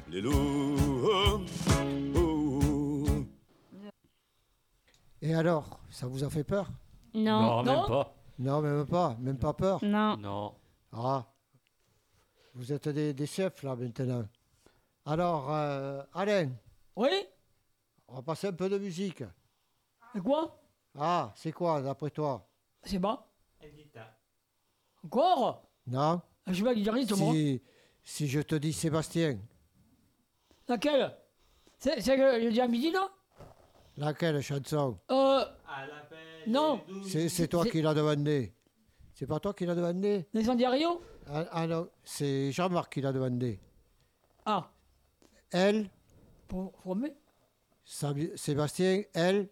S1: Les loups. oh,
S9: Et alors, ça vous a fait peur
S19: Non. Non, même Non. pas.
S9: Non, même pas. Même pas peur
S8: Non.
S19: Non.
S9: Ah. Vous êtes des, des chefs, là, maintenant. Alors, euh, Alain.
S13: Oui
S5: On va passer un peu de musique.
S13: Et quoi
S5: Ah, c'est quoi d'après toi
S13: C'est pas Encore
S5: Non
S19: Ah,
S13: Je vais à guitariste, moi.
S5: si, si je te dis Sébastien,
S13: Laquelle C'est c'est que j'ai dit à midi, là
S5: laquelle chanson
S13: Euh. Non
S19: Mm.
S5: C'est c'est toi qui l'as demandé. C'est pas toi qui l'as demandé
S13: Les Rio
S5: ah, ah non, c'est Jean-Marc qui l'a demandé.
S13: Ah
S5: Elle
S13: Pour former
S5: Sam- Sébastien, elle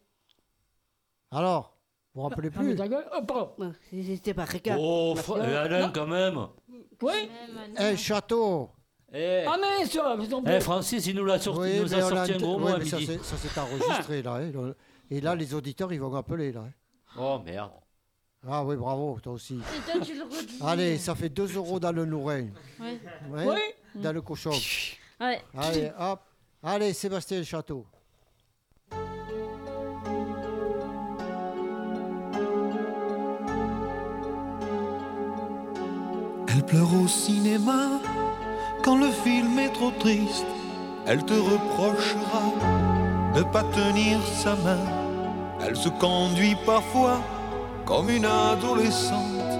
S5: Alors, vous vous rappelez
S13: Ah, mais
S5: plus
S13: ta gueule Oh, pardon
S20: C'était pas régal.
S19: Oh, fr- euh, Alain,
S13: Non.
S19: quand même
S13: hein. Oui
S5: Un Eh, château
S19: Eh,
S13: Ah, mais ça vous en
S19: eh,
S13: plaît.
S19: Francis, il nous l'a sorti, il nous a
S5: mais on
S19: sorti un
S5: ent-
S19: gros
S5: oui,
S19: mot à
S5: mais ça
S19: midi.
S5: s'est- Ça s'est enregistré, là. hein. Le- Et là, les auditeurs, ils vont appeler, là. hein.
S19: Oh merde.
S5: Ah oui, bravo, toi aussi.
S20: C'est toi qui le redis.
S5: Allez, ça fait 2 euros dans le nourrin.
S20: Ouais.
S5: Ouais, Dans le cochon.
S8: Ouais.
S5: Allez, hop. Allez, Sébastien Château.
S18: Elle pleure au cinéma quand le film est trop triste. Elle te reprochera de pas tenir sa main. Elle se conduit parfois comme une adolescente.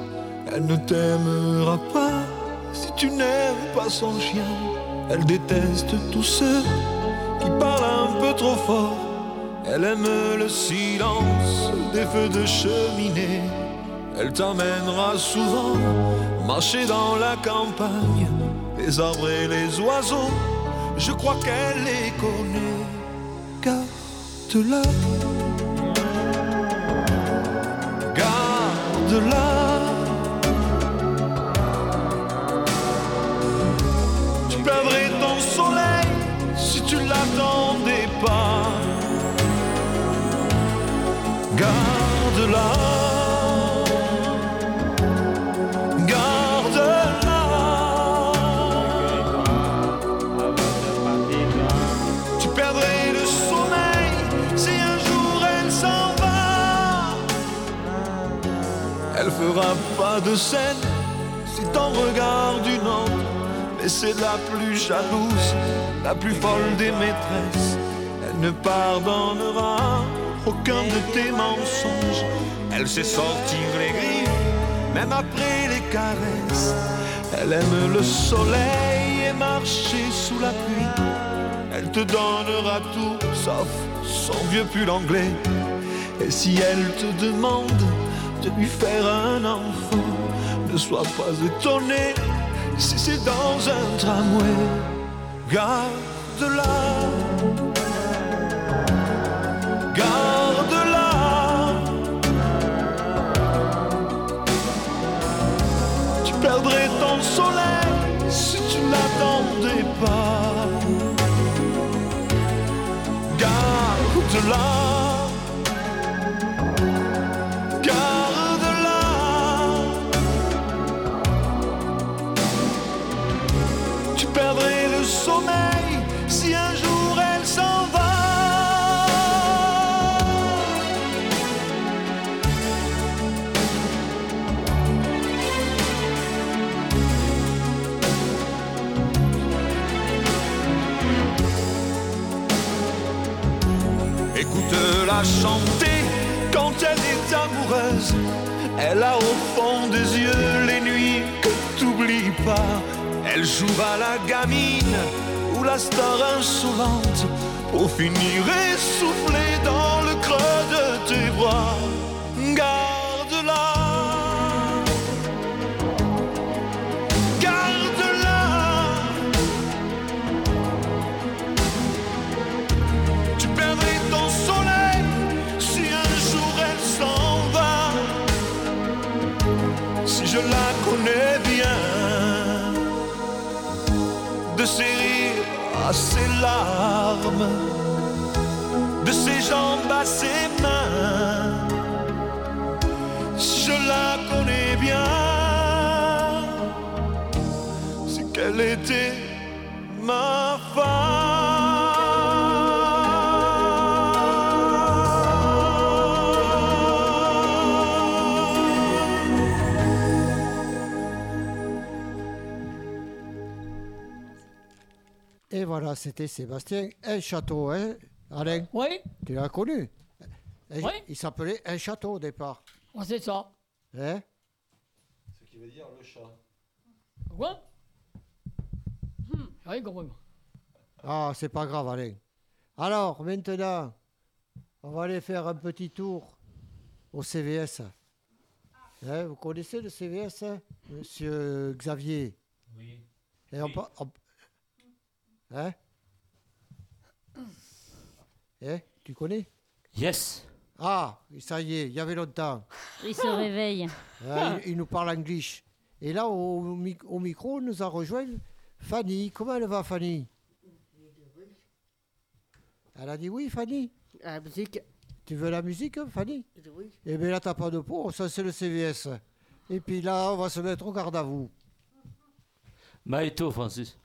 S18: Elle ne t'aimera pas si tu n'aimes pas son chien. Elle déteste tous ceux qui parlent un peu trop fort. Elle aime le silence des feux de cheminée. Elle t'emmènera souvent marcher dans la campagne. Les arbres et les oiseaux, je crois qu'elle les connaît. Garde-la. Garde-la. Tu perdrais ton soleil si tu l'attendais pas. Garde-la. Garde-la. Tu perdrais le sommeil si un jour elle s'en va. Elle fera pas de scène si t'en regardes une autre. Mais c'est la plus jalouse, la plus folle des maîtresses. Elle ne pardonnera aucun de tes mensonges. Elle sait sortir les griffes, même après les caresses. Elle aime le soleil et marcher sous la pluie. Elle te donnera tout sauf son vieux pull anglais. Et si elle te demande de lui faire un enfant, ne sois pas étonné si c'est dans un tramway. Garde-la. Garde-la. Tu perdrais ton soleil si tu n'attendais pas. Garde-la. Garde-la. Tu perdrais le sommeil si un jour elle s'en va. Écoute-la chanter quand elle est amoureuse. Elle a au fond des yeux les nuits que t'oublies pas. Elle joue à la gamine ou la star insolente pour finir essoufflée dans le creux de tes bras. Garde-la. Garde-la. Tu perdrais ton soleil si un jour elle s'en va. Si je la connais bien, de ses rires à ses larmes, de ses jambes à ses mains. Si je la connais bien, c'est qu'elle était ma femme.
S5: Et voilà, c'était Sébastien El Château. hein. Alain
S13: Oui
S5: Tu l'as connu Et
S13: Oui.
S5: Il s'appelait Un Château au départ.
S13: On sait ça.
S5: Hein
S19: Ce qui veut dire le chat.
S13: Quoi hmm. j'ai Rien compris. moi.
S5: ah, c'est pas grave, Alain. Alors, maintenant, on va aller faire un petit tour au CVS. Hein, vous connaissez le CVS, hein, monsieur Xavier
S19: Oui.
S5: Et on par- on- Hein Eh, tu connais
S3: Yes.
S5: Ah, ça y est, il y avait longtemps.
S8: Il se réveille.
S20: Ah.
S5: Hein, il, il nous parle anglais. Et là, au, mi- au micro, nous a rejoint Fanny. Comment elle va, Fanny Elle a dit oui, Fanny.
S20: La musique.
S5: Tu veux la musique, hein, Fanny
S20: Oui.
S5: Eh bien là, t'as pas de peau, ça c'est le CVS. Et puis là, on va se mettre au garde à vous.
S3: Maïto, Bah, Francis.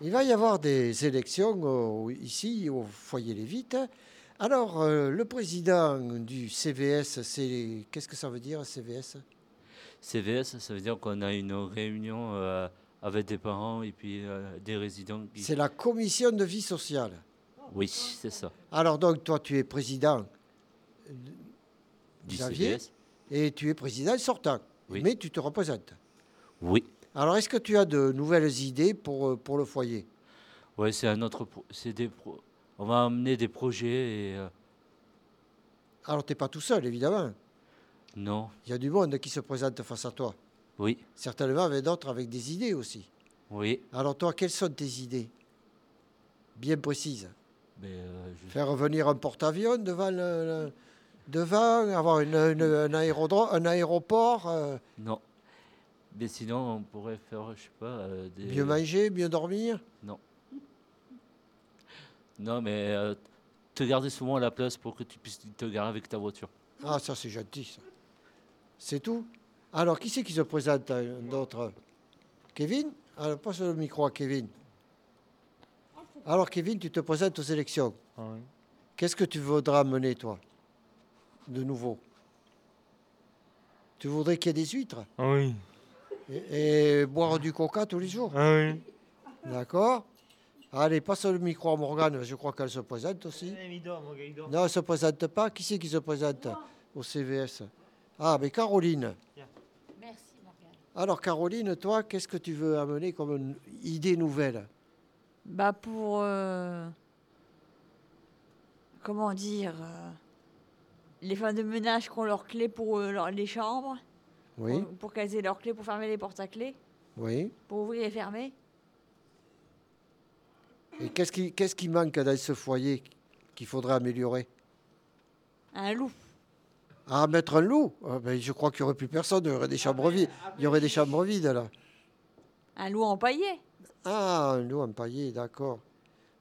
S5: Il va y avoir des élections euh, ici au foyer Lévite. Alors, euh, le président du CVS, c'est qu'est-ce que ça veut dire CVS
S3: CVS, ça veut dire qu'on a une réunion euh, avec des parents et puis euh, des résidents. qui-
S5: C'est la commission de vie sociale.
S3: Oui, c'est ça.
S5: Alors donc, toi, tu es président
S3: Du
S5: Xavier,
S3: CVS.
S5: et tu es président sortant, mais tu te représentes.
S3: Oui.
S5: Alors, est-ce que tu as de nouvelles idées pour, euh, pour le foyer
S3: Ouais, c'est un autre. pro- C'est des. pro- On va amener des projets et. euh,
S5: Alors, tu n'es pas tout seul, évidemment.
S3: non.
S5: Il y a du monde qui se présente face à toi.
S3: Oui.
S5: Certainement, avec d'autres avec des idées aussi.
S3: Oui.
S5: Alors, toi, quelles sont tes idées Bien précises.
S3: Mais, euh, je-
S5: Faire venir un porte-avions devant, le, le- devant avoir une- une- un, aérodrome, un aéroport, euh,
S3: Non. Mais sinon, on pourrait faire, je sais pas. euh, des...
S5: mieux manger, mieux dormir.
S3: Non. Non, mais euh, te garder souvent à la place pour que tu puisses te garer avec ta voiture.
S5: Ah, ça, c'est gentil, ça. C'est tout. Alors, qui c'est qui se présente euh, d'autre Kevin Alors, passe le micro à Kevin. Alors, Kevin, tu te présentes aux élections.
S21: Ah
S5: Qu'est-ce que tu voudras mener, toi, de nouveau Tu voudrais qu'il y ait des huîtres
S21: Ah oui.
S5: et, et boire du coca tous les jours
S21: Ah oui.
S5: D'accord Allez, passe le micro à Morgane, je crois qu'elle se présente aussi. Non, elle ne se présente pas. Qui c'est qui se présente au CVS Ah, mais Caroline.
S11: Merci, Morgane.
S5: Alors, Caroline, toi, qu'est-ce que tu veux amener comme une idée nouvelle
S11: Bah pour... euh, comment dire euh, Les femmes de ménage qui ont leurs clés pour euh, leur- les chambres,
S5: Oui,
S11: pour, pour qu'elles aient leurs clés pour fermer les portes à clés,
S5: oui.
S11: pour ouvrir et fermer.
S5: Et qu'est-ce qui, qu'est-ce qui manque dans ce foyer qu'il faudrait améliorer
S11: Un loup.
S5: Ah, mettre un loup Ah, ben, Je crois qu'il n'y aurait plus personne, il y aurait des chambres vides. Il y aurait des chambres vides, là.
S11: Un loup empaillé.
S5: Ah, un loup empaillé, d'accord.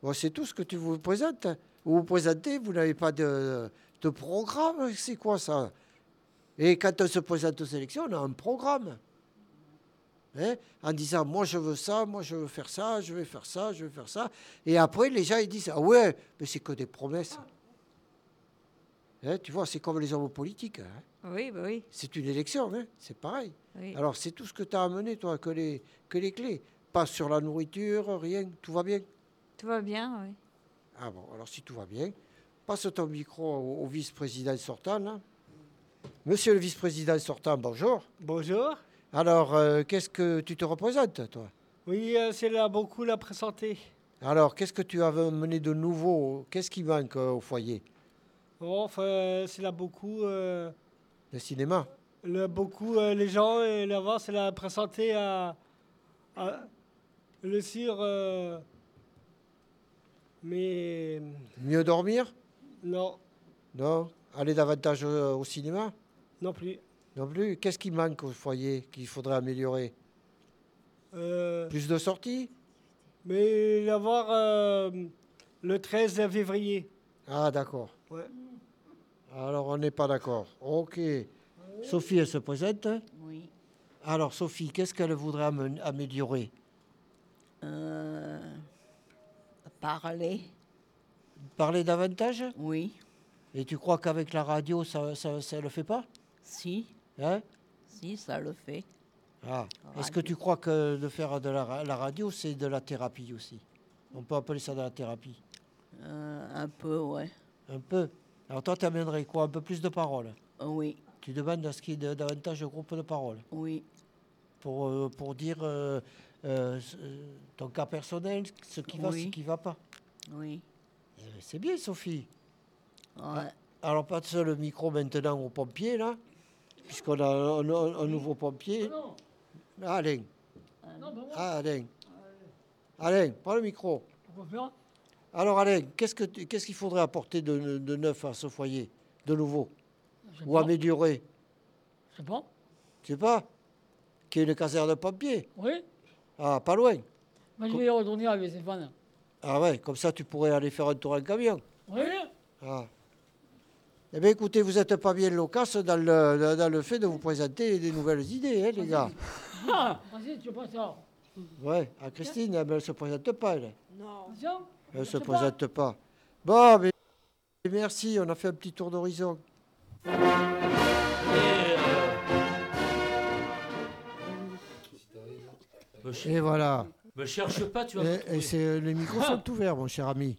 S5: Bon, c'est tout ce que tu vous présentes. Vous vous présentez, vous n'avez pas de, de programme, c'est quoi ça Et quand on se présente aux élections, on a un programme. Hein, en disant, moi je veux ça, moi je veux faire ça, je vais faire ça, je vais faire ça. Et après, les gens, ils disent, ah ouais, mais c'est que des promesses. Hein, tu vois, c'est comme les hommes politiques. hein.
S11: Oui, bah oui.
S5: C'est une élection, hein, c'est pareil.
S11: Oui.
S5: Alors, c'est tout ce que tu as amené, toi, que les, que les clés. Pas sur la nourriture, rien, tout va bien.
S11: Tout va bien, oui.
S5: Ah bon, alors si tout va bien, passe ton micro au, au vice-président sortant, là. Monsieur le vice-président sortant, bonjour.
S2: Bonjour.
S5: Alors, euh, qu'est-ce que tu te représentes, toi
S2: Oui, euh, c'est là beaucoup la présenter.
S5: Alors, qu'est-ce que tu as mené de nouveau Qu'est-ce qui manque euh, au foyer
S2: Bon, enfin, euh, c'est là beaucoup, euh,
S5: Le cinéma
S2: là, beaucoup euh, les gens et là-bas, c'est la présenter à, à le sire. euh, mais
S5: Mieux dormir
S2: non,
S5: Non Aller davantage euh, au cinéma
S2: non plus.
S5: Non plus Qu'est-ce qui manque au foyer qu'il faudrait améliorer
S2: Euh,
S5: Plus de sorties
S2: mais l'avoir euh, le 13 février.
S5: Ah, d'accord.
S2: Ouais.
S5: Alors, on n'est pas d'accord. OK. Sophie, elle se présente hein
S12: Oui.
S5: Alors, Sophie, qu'est-ce qu'elle voudrait amen- améliorer
S12: Euh, parler.
S5: Parler davantage
S12: Oui.
S5: Et tu crois qu'avec la radio, ça ne le fait pas
S12: Si,
S5: Hein
S12: si, ça le fait.
S5: Ah. Est-ce que tu crois que de faire de la, ra- la radio, c'est de la thérapie aussi On peut appeler ça de la thérapie
S9: Euh, un peu, ouais.
S5: Un peu. Alors toi, tu amènerais quoi Un peu plus de paroles
S9: Euh, Oui.
S5: Tu demandes à ce qu'il y ait de- davantage de groupes de paroles
S9: Oui.
S5: Pour, euh, pour dire euh, euh, ce- euh, ton cas personnel, ce qui va,
S9: Oui.
S5: ce qui ne va pas.
S9: Oui.
S5: Eh ben, C'est bien, Sophie. Ah, Alors, passe le micro maintenant au pompier, là, puisqu'on a un, un- un nouveau pompier. Ah, Alain.
S9: Euh,
S13: Non, bah,
S5: Ah, Alain. Alain, prends le micro.
S13: on peut faire.
S5: Alors, Alain, qu'est-ce que tu- qu'est-ce qu'il faudrait apporter de, de neuf à ce foyer, de nouveau
S13: Je sais
S5: Ou
S13: pas.
S5: améliorer
S13: Je sais pas.
S5: Je sais pas. Qu'il y ait une caserne de pompiers
S13: Oui.
S5: Ah, pas loin.
S13: Moi, je vais y retourner avec Stéphane.
S5: Ah ouais, comme ça, tu pourrais aller faire un tour en camion.
S13: Oui.
S5: Ah. Eh bien, écoutez, vous n'êtes pas bien loquace dans le, dans le fait de vous présenter des nouvelles idées, hein, les gars.
S13: Ah, vas-y, tu prends ça.
S5: Ouais, ah, Christine, elle ne se présente pas, elle.
S13: Non. Attention.
S5: Elle ne se Euh, présente pas. Bon, mais merci, on a fait un petit tour d'horizon. Et voilà.
S3: Me cherche pas, tu vas me
S5: Et,
S3: trouver.
S5: et c'est- euh, les micros sont ouverts, mon cher ami.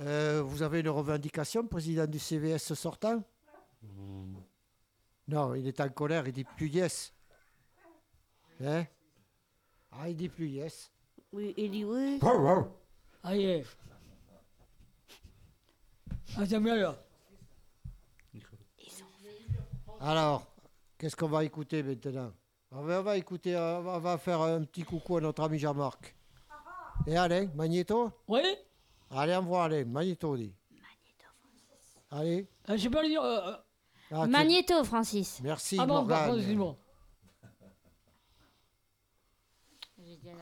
S5: Euh, vous avez une revendication, président du CVS sortant Non, il est en colère, il dit plus yes. Hein Ah, il dit plus yes.
S9: Oui, il dit oui.
S13: Allez. Ah, Samuel.
S5: Alors, qu'est-ce qu'on va écouter maintenant on va, on va écouter, euh, on va- on va faire un petit coucou à notre ami Jean-Marc. Et Alain, Magneto
S13: Oui
S5: Allez, envoie Alain, Magneto dit. Allez.
S13: Je sais pas le dire. euh, euh,
S5: Ah, tu-
S22: Magnéto, Francis.
S5: Merci,
S13: Ah bon, pardon,
S5: Morgane.
S13: excuse-moi.
S8: Hein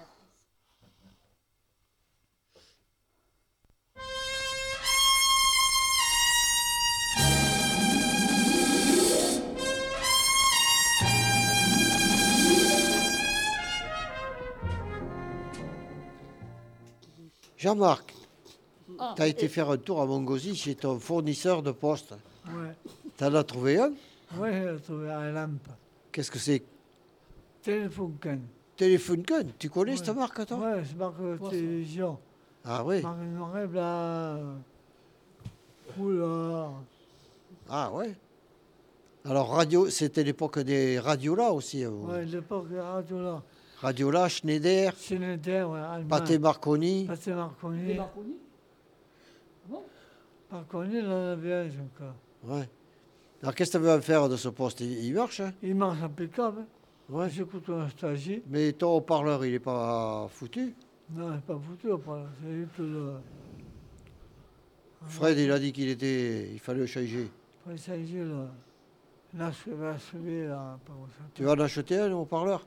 S5: Jean-Marc,
S13: Ah,
S5: tu as été
S13: et-
S5: faire un tour à Montgauzy chez ton fournisseur de poste.
S4: Ouais,
S5: T'en as trouvé un
S4: ouais, j'ai trouvé la lampe.
S5: Qu'est-ce que c'est
S4: Téléphone canne.
S5: Téléphone gun. Tu connais cette marque, toi
S4: Ouais, c'est marque de télévision.
S5: Ah oui
S4: Marque noir et blanc. Couleur.
S5: Ah ouais Alors, radio, c'était l'époque des radiolas aussi. euh,
S4: Ouais, l'époque de radio là.
S5: Radiola, Schneider,
S4: Schneider, ouais, allemand.
S5: Pathé Marconi.
S4: Pathé Marconi.
S13: Des Marconi. Ah
S4: Marconi, il en avait un, je crois.
S5: Ouais. Alors, qu'est-ce que tu veux en faire de ce poste Il il marche, hein
S4: Il marche impeccable. hein.
S5: Ouais.
S4: J'écoute un stagiaire.
S5: Mais ton haut-parleur, il n'est pas foutu.
S4: Non, c'est pas foutu, voilà. c'est juste le.
S5: Fred, il a dit qu'il était, il fallait le changer.
S4: Pour le stagiaire, là. Là, je vais achever, là. pas pour ça.
S5: Tu vas en acheter un, le haut-parleur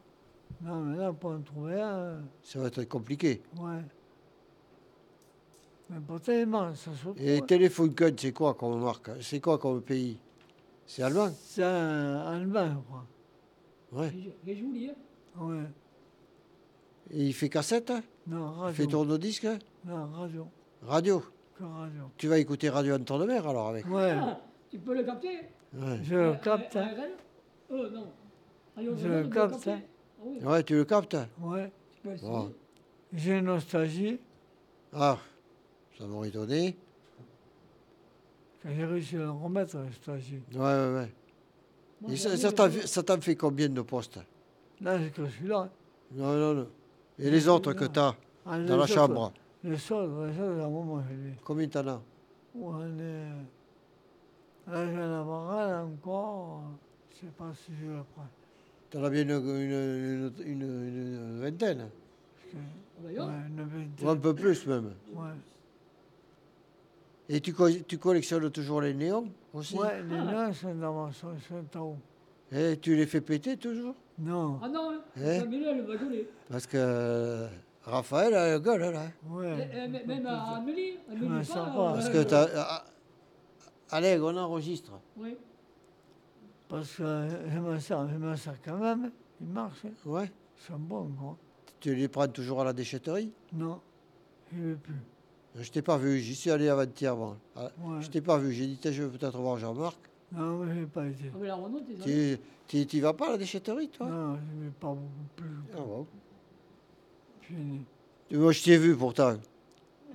S4: Non, mais là, pour en trouver un, euh,
S5: Ça va être compliqué.
S4: ouais. Mais pourtant, il marche, ça se trouve.
S5: Et Telefunken, c'est quoi comme marque C'est quoi comme pays C'est allemand
S4: C'est un allemand, je crois.
S5: Ouais.
S13: Il est joli, hein.
S4: Ouais.
S5: Et il fait cassette hein
S4: Non,
S5: Il fait
S4: radio.
S5: tourne-disque hein
S4: Non, radio.
S5: Radio
S4: Que radio.
S5: Tu vas écouter Radio en temps de mer alors avec
S4: Ouais.
S13: Ah, tu peux le capter
S5: Ouais.
S4: Je le capte.
S13: Euh, euh, euh, non. Allez, on
S4: Je
S13: se demande
S4: le
S13: de
S4: capte,
S13: capter.
S4: hein.
S13: Ah oui.
S5: Ouais, tu le captes hein
S4: Ouais.
S13: Tu peux essayer.
S5: Bon.
S4: J'ai une nostalgie
S5: Ah, ça m'aurait étonné.
S4: que j'ai réussi à le remettre, la nostalgie.
S5: Ouais, ouais, ouais.
S4: Moi, euh,
S5: Et
S4: j'ai
S5: ça
S4: rien
S5: ça
S4: de
S5: t'en
S4: plus.
S5: fait- ça t'en fait combien de postes
S4: Là, c'est que celui-là.
S5: Non, non, non. Et les autres que t'as
S4: Ah, les
S5: dans la
S4: autres,
S5: chambre
S4: Le sol, le sol, à un moment, je l'ai.
S5: Combien t'en as
S4: Où on est. Là, j'ai la morale encore. Je sais pas si je le prends.
S5: T'en as bien une, une- une- une- une vingtaine
S4: Parce que-
S13: Bah,
S4: Ouais, une
S5: Ou un
S4: vingtaine.
S5: peu plus même.
S4: Ouais.
S5: Et tu, co- tu collectionnes toujours les néons aussi
S4: Ouais, les nains sont dans mon sol, ils sont en haut.
S5: Et tu les fais péter toujours
S4: Non.
S13: Ah non, hein.
S5: Hein
S13: Samuel, elle va gueuler.
S5: Parce que euh, Raphaël a la gueule, là.
S13: Eh, eh, mais- même à Amélie, elle
S4: Ouais,
S13: ne dit
S4: ça
S13: pas.
S4: va.
S13: euh,
S5: Parce que t'as. ah, Allez, on enregistre.
S13: Oui.
S4: Parce que euh, je me sers, je me sers quand même. Ils marchent. hein.
S5: Ouais.
S4: Ils sont bons, quoi.
S5: Tu les prends toujours à la déchetterie
S4: Non, je ne veux plus.
S5: Je t'ai pas vu, j'y suis allé avant-hier. moi. Ah,
S4: Ouais.
S5: Je t'ai pas vu, j'ai dit, tiens, je vais peut-être voir Jean-Marc.
S4: Non, je n'ai pas été.
S13: Ah, mais la Renault, t'es allé
S5: Tu, tu, tu y vas pas à la déchetterie, toi
S4: Non, je n'ai pas beaucoup plus.
S5: Ah bon
S4: Je suis né.
S5: Moi, je t'ai vu pourtant.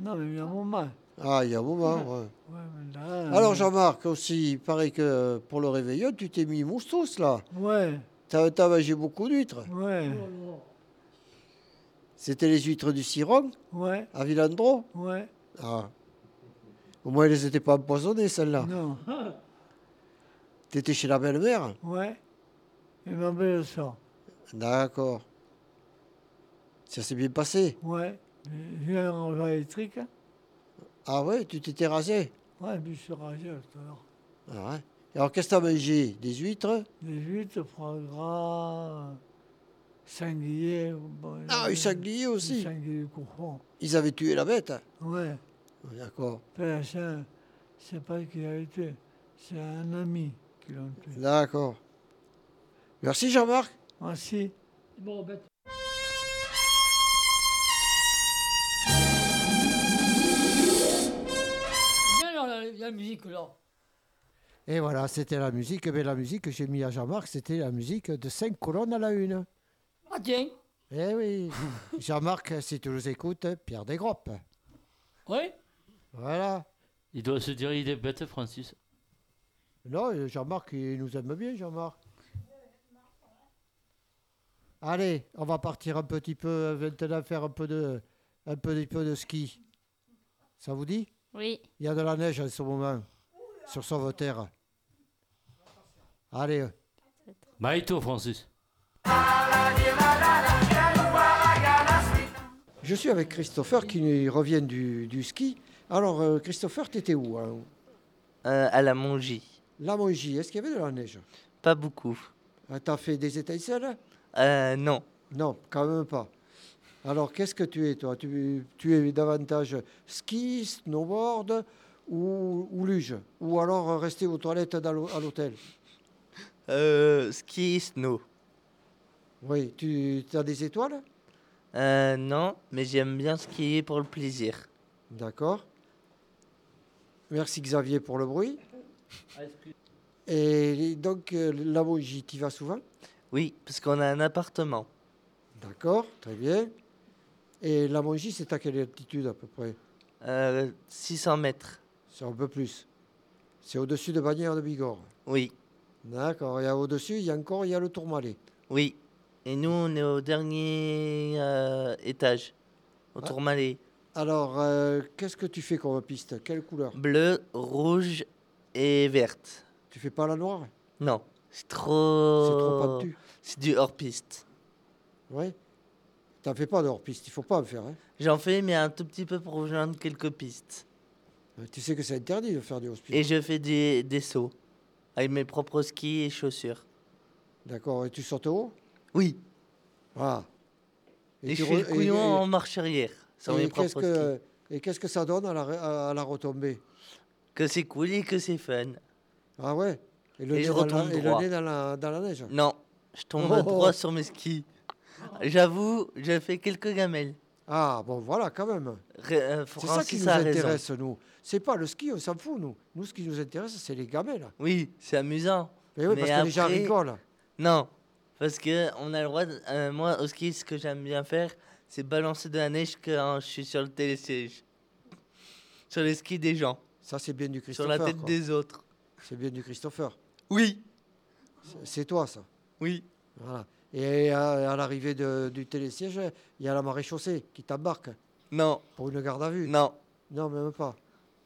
S4: Non, mais il y a mon mal.
S5: Ah, il y a un moment, ouais.
S4: Ouais, mais là,
S5: Alors,
S4: euh,
S5: Jean-Marc, aussi, il paraît que pour le réveillon, tu t'es mis moustous, là.
S4: Ouais.
S5: T'as t'as mangé beaucoup d'huîtres.
S4: Ouais.
S5: C'était les huîtres du Siron
S4: Ouais.
S5: À Villandro
S4: Ouais.
S5: Ah. Au moins, elles n'étaient pas empoisonnées, celles-là.
S4: Non.
S5: T'étais chez la belle-mère
S4: Ouais. Et ma belle sœur.
S5: D'accord. Ça s'est bien passé
S4: Ouais. J'ai eu un engin électrique. hein.
S5: Ah ouais, tu t'étais rasé
S4: Ouais, puis je suis rasé tout à l'heure.
S5: Ah ouais. Alors, qu'est-ce que t'as mangé Des huîtres
S4: Des huîtres, foie gras, euh, sanglier. bon,
S5: Ah,
S4: euh,
S5: du sanglier aussi.
S4: Du sanglier du cochon.
S5: Ils avaient tué la bête Ah,
S4: Ouais.
S5: D'accord.
S4: Après, ça, c'est pas qu'il a tué. C'est un ami qui l'a tué.
S5: D'accord. Merci, Jean-Marc.
S4: Merci.
S13: Bon, bête. Bien, alors, la, la musique, là.
S5: Et voilà, c'était la musique. Mais la musique que j'ai mis à Jean-Marc, c'était la musique de 5 colonnes à la une.
S13: Ah, tiens.
S5: Eh oui. Jean-Marc, si tu nous écoutes, Pierre Desgroppes.
S13: Oui
S5: Voilà.
S3: Il doit se dire il est bête, Francis.
S5: Non, Jean-Marc, il nous aime bien, Jean-Marc. Allez, on va partir un petit peu euh, maintenant faire un peu de, un petit peu de ski. Ça vous dit
S8: Oui.
S5: Il y a de la neige en ce moment sur Sauveterre. Allez.
S3: Maïto, Bah, Francis.
S5: Je suis avec Christopher qui revient du, du ski. Alors, euh, Christopher, t'étais où hein
S21: Euh, à la Mongie.
S5: La Mongie, est-ce qu'il y avait de la neige
S21: Pas beaucoup.
S5: Ah, T'as fait des étincelles
S21: Euh, non.
S5: Non, quand même pas. Alors, qu'est-ce que tu es, toi tu, tu es davantage ski, snowboard ou, ou luge Ou alors euh, rester aux toilettes dans l'hô- à l'hôtel
S21: Euh, ski, snow.
S5: Oui, tu as des étoiles
S21: Euh, non, mais j'aime bien skier pour le plaisir.
S5: D'accord. Merci Xavier pour le bruit. Et donc, euh, la Mongie, tu y vas souvent
S21: Oui, parce qu'on a un appartement.
S5: D'accord, très bien. Et la Mongie, c'est à quelle altitude à peu près
S21: Euh, 600 mètres.
S5: C'est un peu plus. C'est au-dessus de Bagnères de Bigorre.
S21: Oui.
S5: D'accord. Et au-dessus, il y a encore il y a le Tourmalet.
S21: Oui. Et nous, on est au dernier euh, étage, au
S5: Ah.
S21: Tourmalet.
S5: Alors, euh, qu'est-ce que tu fais comme piste Quelle couleur
S21: Bleu, rouge et verte.
S5: Tu fais pas la noire
S21: Non, c'est trop...
S5: C'est trop pentu.
S21: C'est du hors-piste.
S5: Oui. T'en fais pas de hors-piste, il faut pas en faire. hein.
S21: J'en fais, mais un tout petit peu pour rejoindre quelques pistes.
S5: Euh, Tu sais que c'est interdit de faire du hors-piste.
S21: Et je fais des, des sauts avec mes propres skis et chaussures.
S5: D'accord. Et tu sautes haut
S21: Oui.
S5: Ah.
S21: Et,
S5: tu
S21: je fais
S5: re-
S21: le
S5: et-
S21: couillon
S5: et-
S21: en marche arrière sur mes
S5: et qu'est-ce
S21: propres
S5: que,
S21: skis.
S5: et qu'est-ce que ça donne à la, re- à- à la retombée
S21: Que c'est cool et que c'est fun.
S5: Ah ouais Et le
S21: Et
S5: nez,
S21: je
S5: dans la,
S21: retombe
S5: et le
S21: droit.
S5: nez dans la- dans la neige
S21: Non, je tombe
S5: Oh,
S21: à
S5: oh, oh.
S21: droit sur mes skis. J'avoue, j'ai fait quelques gamelles.
S5: Ah, bon, voilà, quand même.
S21: Ré- euh,
S5: C'est ça qui
S21: Francis
S5: nous
S21: a raison.
S5: intéresse, nous. C'est pas le ski, on s'en fout, nous. Nous, ce qui nous intéresse, c'est les gamelles.
S21: Oui, c'est amusant.
S5: Mais Eh oui, parce que les gens rigolent.
S21: Non, parce que on a le droit. de- euh, moi, au ski, ce que j'aime bien faire, c'est balancer de la neige quand je suis sur le télésiège. Sur les skis des gens.
S5: Ça, c'est bien du
S21: Sur
S5: Christopher.
S21: la tête
S5: quoi.
S21: des autres.
S5: C'est bien du Christopher.
S21: Oui.
S5: C'est- C'est toi, ça.
S21: Oui.
S5: Voilà. Et à, à l'arrivée de- du télésiège, il y a la maréchaussée qui t'embarque.
S21: Non.
S5: Pour une garde à vue.
S21: Non.
S5: Non, même pas.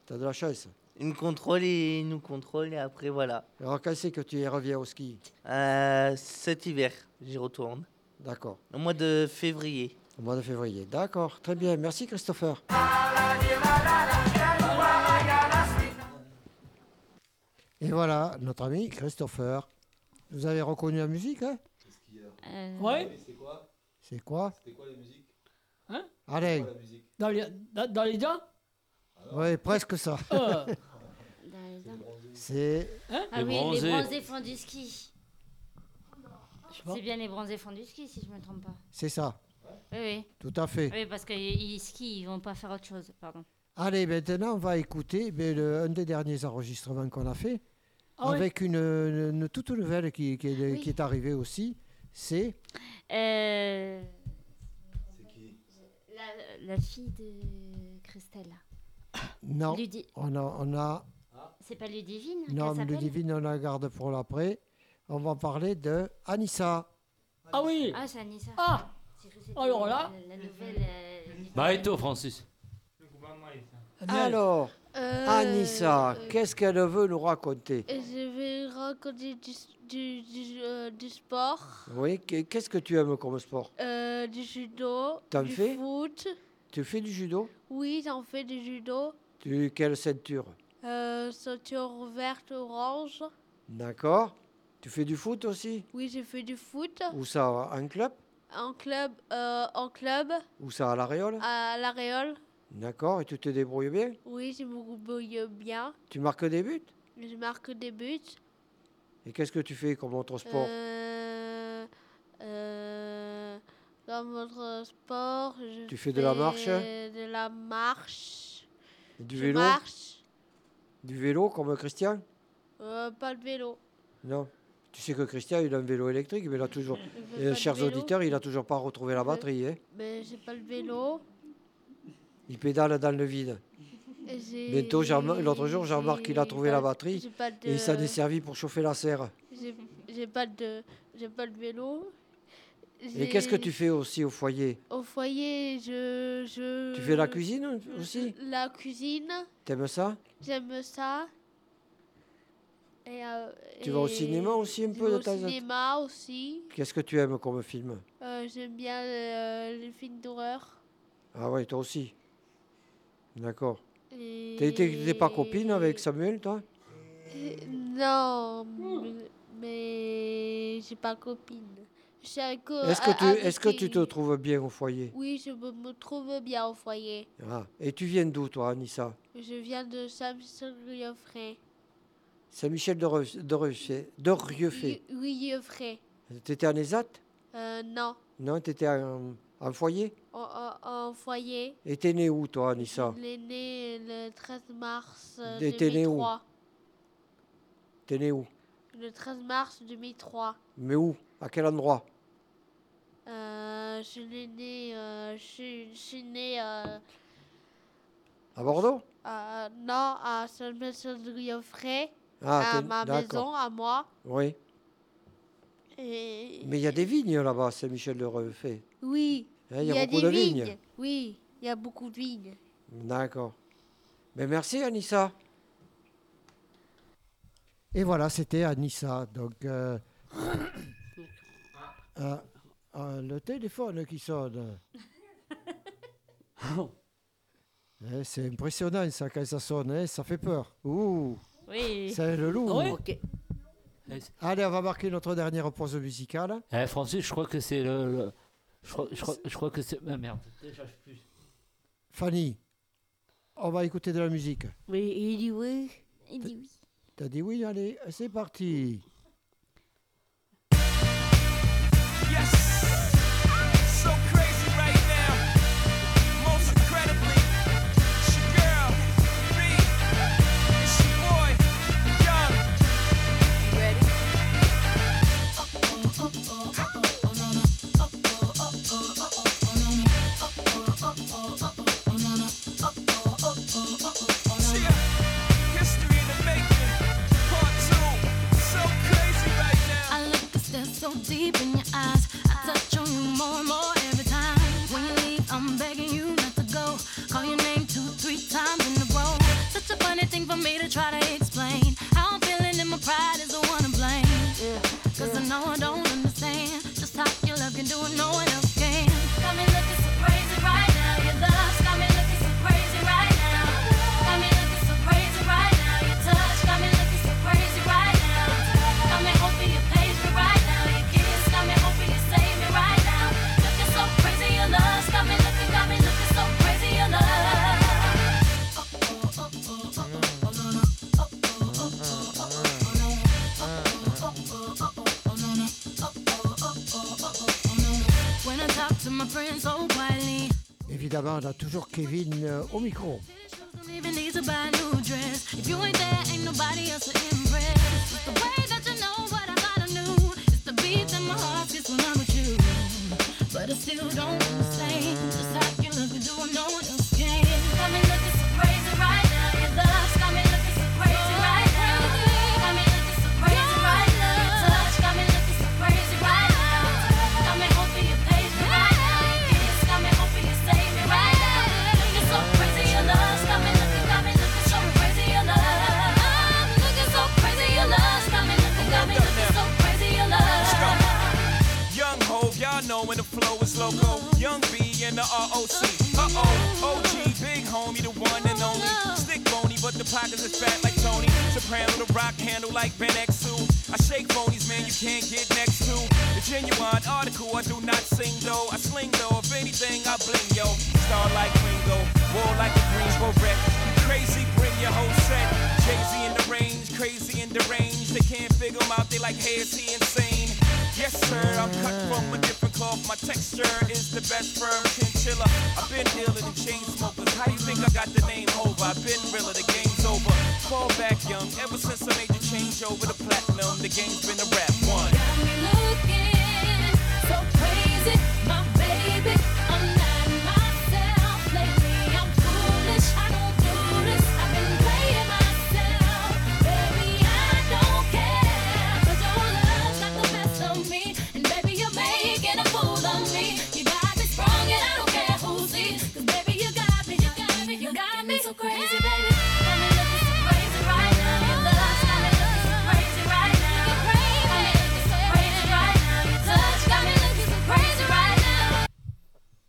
S5: T'as de la chance.
S21: Ils nous contrôlent et ils nous contrôlent et après voilà.
S5: Alors, quand c'est que tu y reviens au ski
S21: Euh, cet hiver, j'y retourne.
S5: D'accord.
S21: Au mois de février.
S5: Au mois de février. D'accord. Très bien. Merci, Christopher. Et voilà, notre ami Christopher. Vous avez reconnu la musique, hein
S8: Euh,
S13: Ouais
S19: C'est quoi
S5: C'est quoi
S19: C'était quoi la musique
S13: Hein
S5: Allez.
S13: Dans les, dans, dans les dents
S5: Oui, presque ça.
S13: Euh.
S5: C'est.
S13: Hein
S8: Ah oui, les bronzés font du ski. C'est bien les bronzés font du ski, si je me trompe pas.
S5: C'est ça.
S8: Oui, oui.
S5: Tout à fait.
S8: Oui, parce qu'ils skient, ils vont pas faire autre chose, pardon.
S5: Allez, maintenant, on va écouter ben, le- un des derniers enregistrements qu'on a fait.
S13: Ah oui.
S9: avec une, une toute nouvelle qui, qui est, qui est arrivée aussi. C'est
S8: Euh, la, la fille de Christelle.
S9: non,
S8: Ludi-
S9: on a, on a
S8: C'est pas Ludivine
S9: non,
S8: qu'elle s'appelle
S9: Ludivine, on la garde pour l'après. On va parler de Anissa.
S13: Ah oui
S8: Ah, c'est Anissa.
S13: Ah Alors là
S8: La nouvelle. euh,
S3: Maïto, Bah, Francis.
S9: Ah,
S5: Eh
S9: Alors, Anissa, qu'est-ce qu'elle veut nous raconter
S23: Et je vais raconter du, du, du, euh, du sport,
S9: Oui, qu'est- qu'est-ce que tu aimes comme sport
S23: euh, du judo,
S9: T'en
S23: du
S9: fais
S23: foot.
S9: Tu fais du judo
S23: Oui, j'en fais du judo.
S9: Tu quelle ceinture
S23: Euh, ceinture verte, orange.
S9: D'accord. Tu fais du foot aussi
S23: Oui, j'ai fait du foot.
S9: Où ça En club
S23: En club, euh, en club,
S9: Où ça À l'aréole
S23: à la Réole.
S9: D'accord, et tu te débrouilles bien
S23: Oui, je me débrouille bien.
S9: Tu marques des buts
S23: Je marque des buts.
S9: Et qu'est-ce que tu fais comme autre sport
S23: Euh, euh, dans votre sport, je
S9: Tu fais de la marche
S23: fais De la marche.
S9: Du
S23: Euh, je
S9: vélo
S23: marche.
S9: Du vélo comme Christian
S23: Euh, pas de vélo.
S9: Non. Tu sais que Christian, il a un vélo électrique, mais il a toujours.
S23: Je fais
S9: Et,
S23: pas de
S9: chers
S23: vélo.
S9: auditeurs, il a toujours pas retrouvé la batterie. hein.
S23: Mais Ben, j'ai pas le vélo.
S9: Il pédale dans le vide.
S23: et j'ai-
S9: Bientôt, Jean- l'autre jour, Jean-Marc, il a trouvé la
S23: pas-
S9: batterie
S23: j'ai pas
S9: et il s'en
S23: de-
S9: est servi pour chauffer la serre.
S23: J'ai j'ai pas de, j'ai pas de vélo.
S9: Et qu'est-ce que
S23: J'ai-
S9: tu fais aussi au foyer
S23: Au foyer, je, je. Euh,
S9: Tu fais la cuisine aussi
S23: La cuisine,
S9: T'aimes ça
S23: j'aime ça. Et, euh,
S9: Tu vas au
S23: et
S9: cinéma aussi un
S23: je
S9: peu
S23: vais
S9: de
S23: au
S9: temps en temps
S23: cinéma aussi.
S9: Qu'est-ce que tu aimes comme film
S23: Euh, j'aime bien euh, les films d'horreur.
S9: Ah ouais, toi aussi. D'accord.
S23: Et...
S9: T'es- T'es t'es pas copine avec Samuel, toi
S23: Euh, Non, mais- mais j'ai pas copine. Je suis avec, euh,
S9: Est-ce que,
S23: a-
S9: tu,
S23: avec
S9: est-ce que tu te
S23: une-
S9: trouves bien au foyer
S23: Oui, je me, me trouve bien au foyer.
S9: Ah. Et tu viens d'où, toi, Anissa
S23: Je viens de Samson-Rieufray.
S9: Saint-Michel de Reu- de Reuffet. De Rieufet.
S23: Rieufray.
S9: T'étais en ESAT
S23: Euh, non,
S9: Non, t'étais en, en foyer
S23: en, en- en foyer.
S9: Et t'es né où, toi, Anissa
S23: Il est né le 13 mars euh,
S9: Et t'es Ah. né où
S23: 2003.
S9: T'es né où
S23: Le 13 mars 2003.
S9: Mais où À quel endroit
S23: Euh, je suis né, euh, je suis- je suis né euh,
S9: À Bordeaux
S23: à- non, à Saint-Michel-de-Rieufray,
S9: Ah,
S23: à
S9: t'es-
S23: ma
S9: d'accord.
S23: maison, à moi.
S9: Oui.
S23: Et...
S9: Mais il y a des vignes là-bas, Saint-Michel de Reuffet.
S23: Oui,
S9: Hein, il y a beaucoup de vignes.
S23: Oui, il y a beaucoup de vignes.
S9: D'accord. Mais Ben, merci, Anissa.
S5: Et voilà, c'était Anissa. Donc, euh,
S9: euh, euh, le téléphone qui sonne.
S3: Oh.
S5: eh, c'est impressionnant ça quand ça sonne, hein, ça fait peur. Ouh,
S8: Oui.
S5: c'est le loup.
S8: Ah ouais Ok.
S5: Allez, on va marquer notre dernière pause musicale.
S3: Eh, Francis, je crois que c'est le. le- Je, crois, je, crois, je crois que c'est. Ah, merde.
S5: Fanny, on va écouter de la musique.
S24: Mais il dit oui.
S8: Il dit oui.
S5: T'as dit oui, allez, c'est parti.
S16: Yes, so crazy right now. Most incredibly, it's your girl, B. It's your boy, Young. You ready? Yeah. History in the making, part two. So crazy right now.
S23: I
S17: look the stare so deep in your eyes. I touch on you more and more every time. When you leave, I'm begging you not to go. Call your name two, three times in a row. Such a funny thing for me to try to explain. How I'm feeling and my pride is the one to blame. Cause I know I don't understand. Just how your love can do it, no one else can. Got me looking so crazy right now. Your love's got me looking so crazy right now. Got me looking so crazy right now. Your touch got me looking so crazy right now. Got me hoping you page me right now. Your kiss got me hoping you save me right now. Looking so crazy, your love's got me looking, got me looking so crazy, your love. oh, oh, When I talk to my friends so quietly.
S5: Évidemment, on a toujours Kevin euh, au micro.
S17: Don't even need to buy a new dress. If you ain't there, ain't nobody else to impress. It's
S16: when the flow is loco. Young B in the ROC. Uh oh, OG, big homie, the one and only. Stick bony, but the pockets are fat like Tony. Soprano, the rock handle like Ben x I shake phonies, man, you can't get next to. The genuine article, I do not sing though. I sling though, if anything, I bling yo. Star like Ringo, war like a Greensboro wreck. You Crazy, bring your whole set. Crazy in the range, crazy in the range. They can't figure him out, they like, hey, is he insane? Yes, sir, I'm cut from a different cloth. My texture is the best firm chinchilla. I've been dealing in chain smokers. How you think I got the name over? I've been realer, the game's over. Fall back young, ever since I made the change over to platinum, the game's been a rap one.
S14: So crazy, baby. Got me looking so crazy right now. Your love got me looking so crazy right now. Got me looking so crazy right now. Your touch got me looking so crazy right now.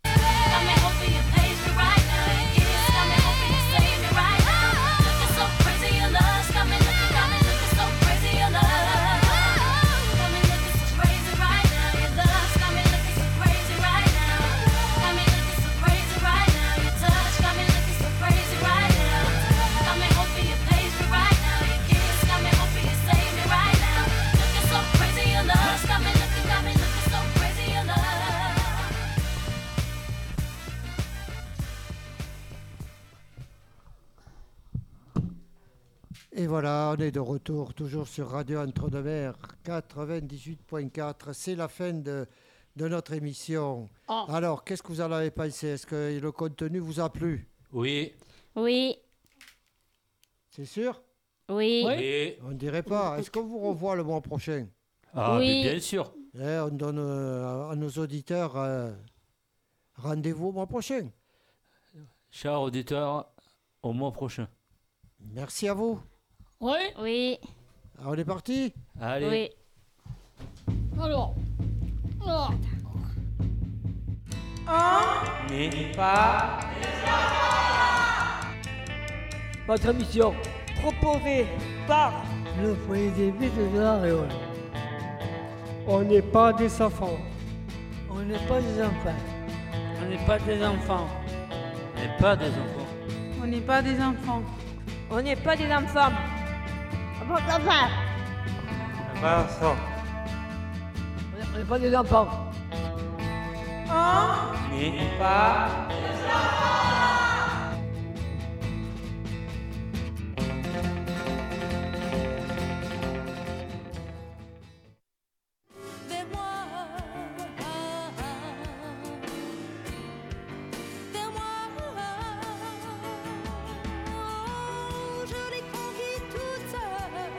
S14: Got me hoping you praise me right now. Your kiss got me hoping you save me right now. Looking so crazy, your love's got me looking, got me looking so crazy, your love. Got me looking so crazy right now. Your love's got me looking so crazy right now. Got me looking so crazy right now. Your touch got me looking so crazy right now. Got me hoping you praise me right now. Your kiss got me hoping you save me right now. Looking so crazy, your love's got me looking, got me looking so crazy, your love.
S5: Et voilà, on est de retour, toujours sur Radio Entre-deux-Mers 98.4. C'est la fin de, de notre émission.
S8: Oh.
S5: Alors, qu'est-ce que vous en avez pensé Est-ce que le contenu vous a plu
S3: Oui.
S8: Oui,
S5: C'est sûr
S8: oui.
S5: On ne dirait pas. Est-ce qu'on vous revoit le mois prochain
S3: Ah, mais Oui. bien sûr.
S5: Eh, on donne euh, à nos auditeurs euh, rendez-vous au mois prochain.
S3: Chers auditeurs, au mois prochain.
S5: Merci à vous.
S13: Oui
S8: Oui.
S5: Alors, on est parti
S3: Allez.
S13: Alors. Ah. Alors.
S3: Né.
S25: Pas
S13: Votre émission.
S25: proposé par
S4: Le foyer des vies de la Réole.
S2: On n'est pas des enfants.
S4: On n'est pas des enfants.
S25: On n'est pas des enfants.
S3: On n'est pas des enfants.
S7: On n'est pas des enfants. On n'est pas des enfants. Ah Bon, enfin,
S3: Pas
S13: On n'est pas des enfants.
S25: Pas
S14: Vers moi, ah, vers moi, ah. je l'ai conquis toute seule.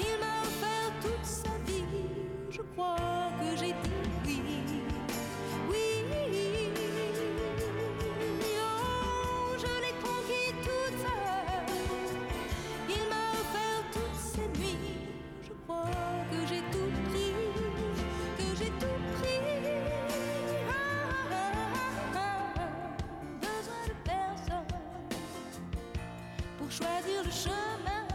S14: Il m'a offert toute sa vie. Je crois que j'ai dit oui, oui. Oh, je l'ai conquis toute seule. Il m'a offert toutes ses nuits. Je crois que j'ai tout pris, que j'ai tout pris. Ah, ah, ah, ah. Besoin de personne pour choisir le chemin.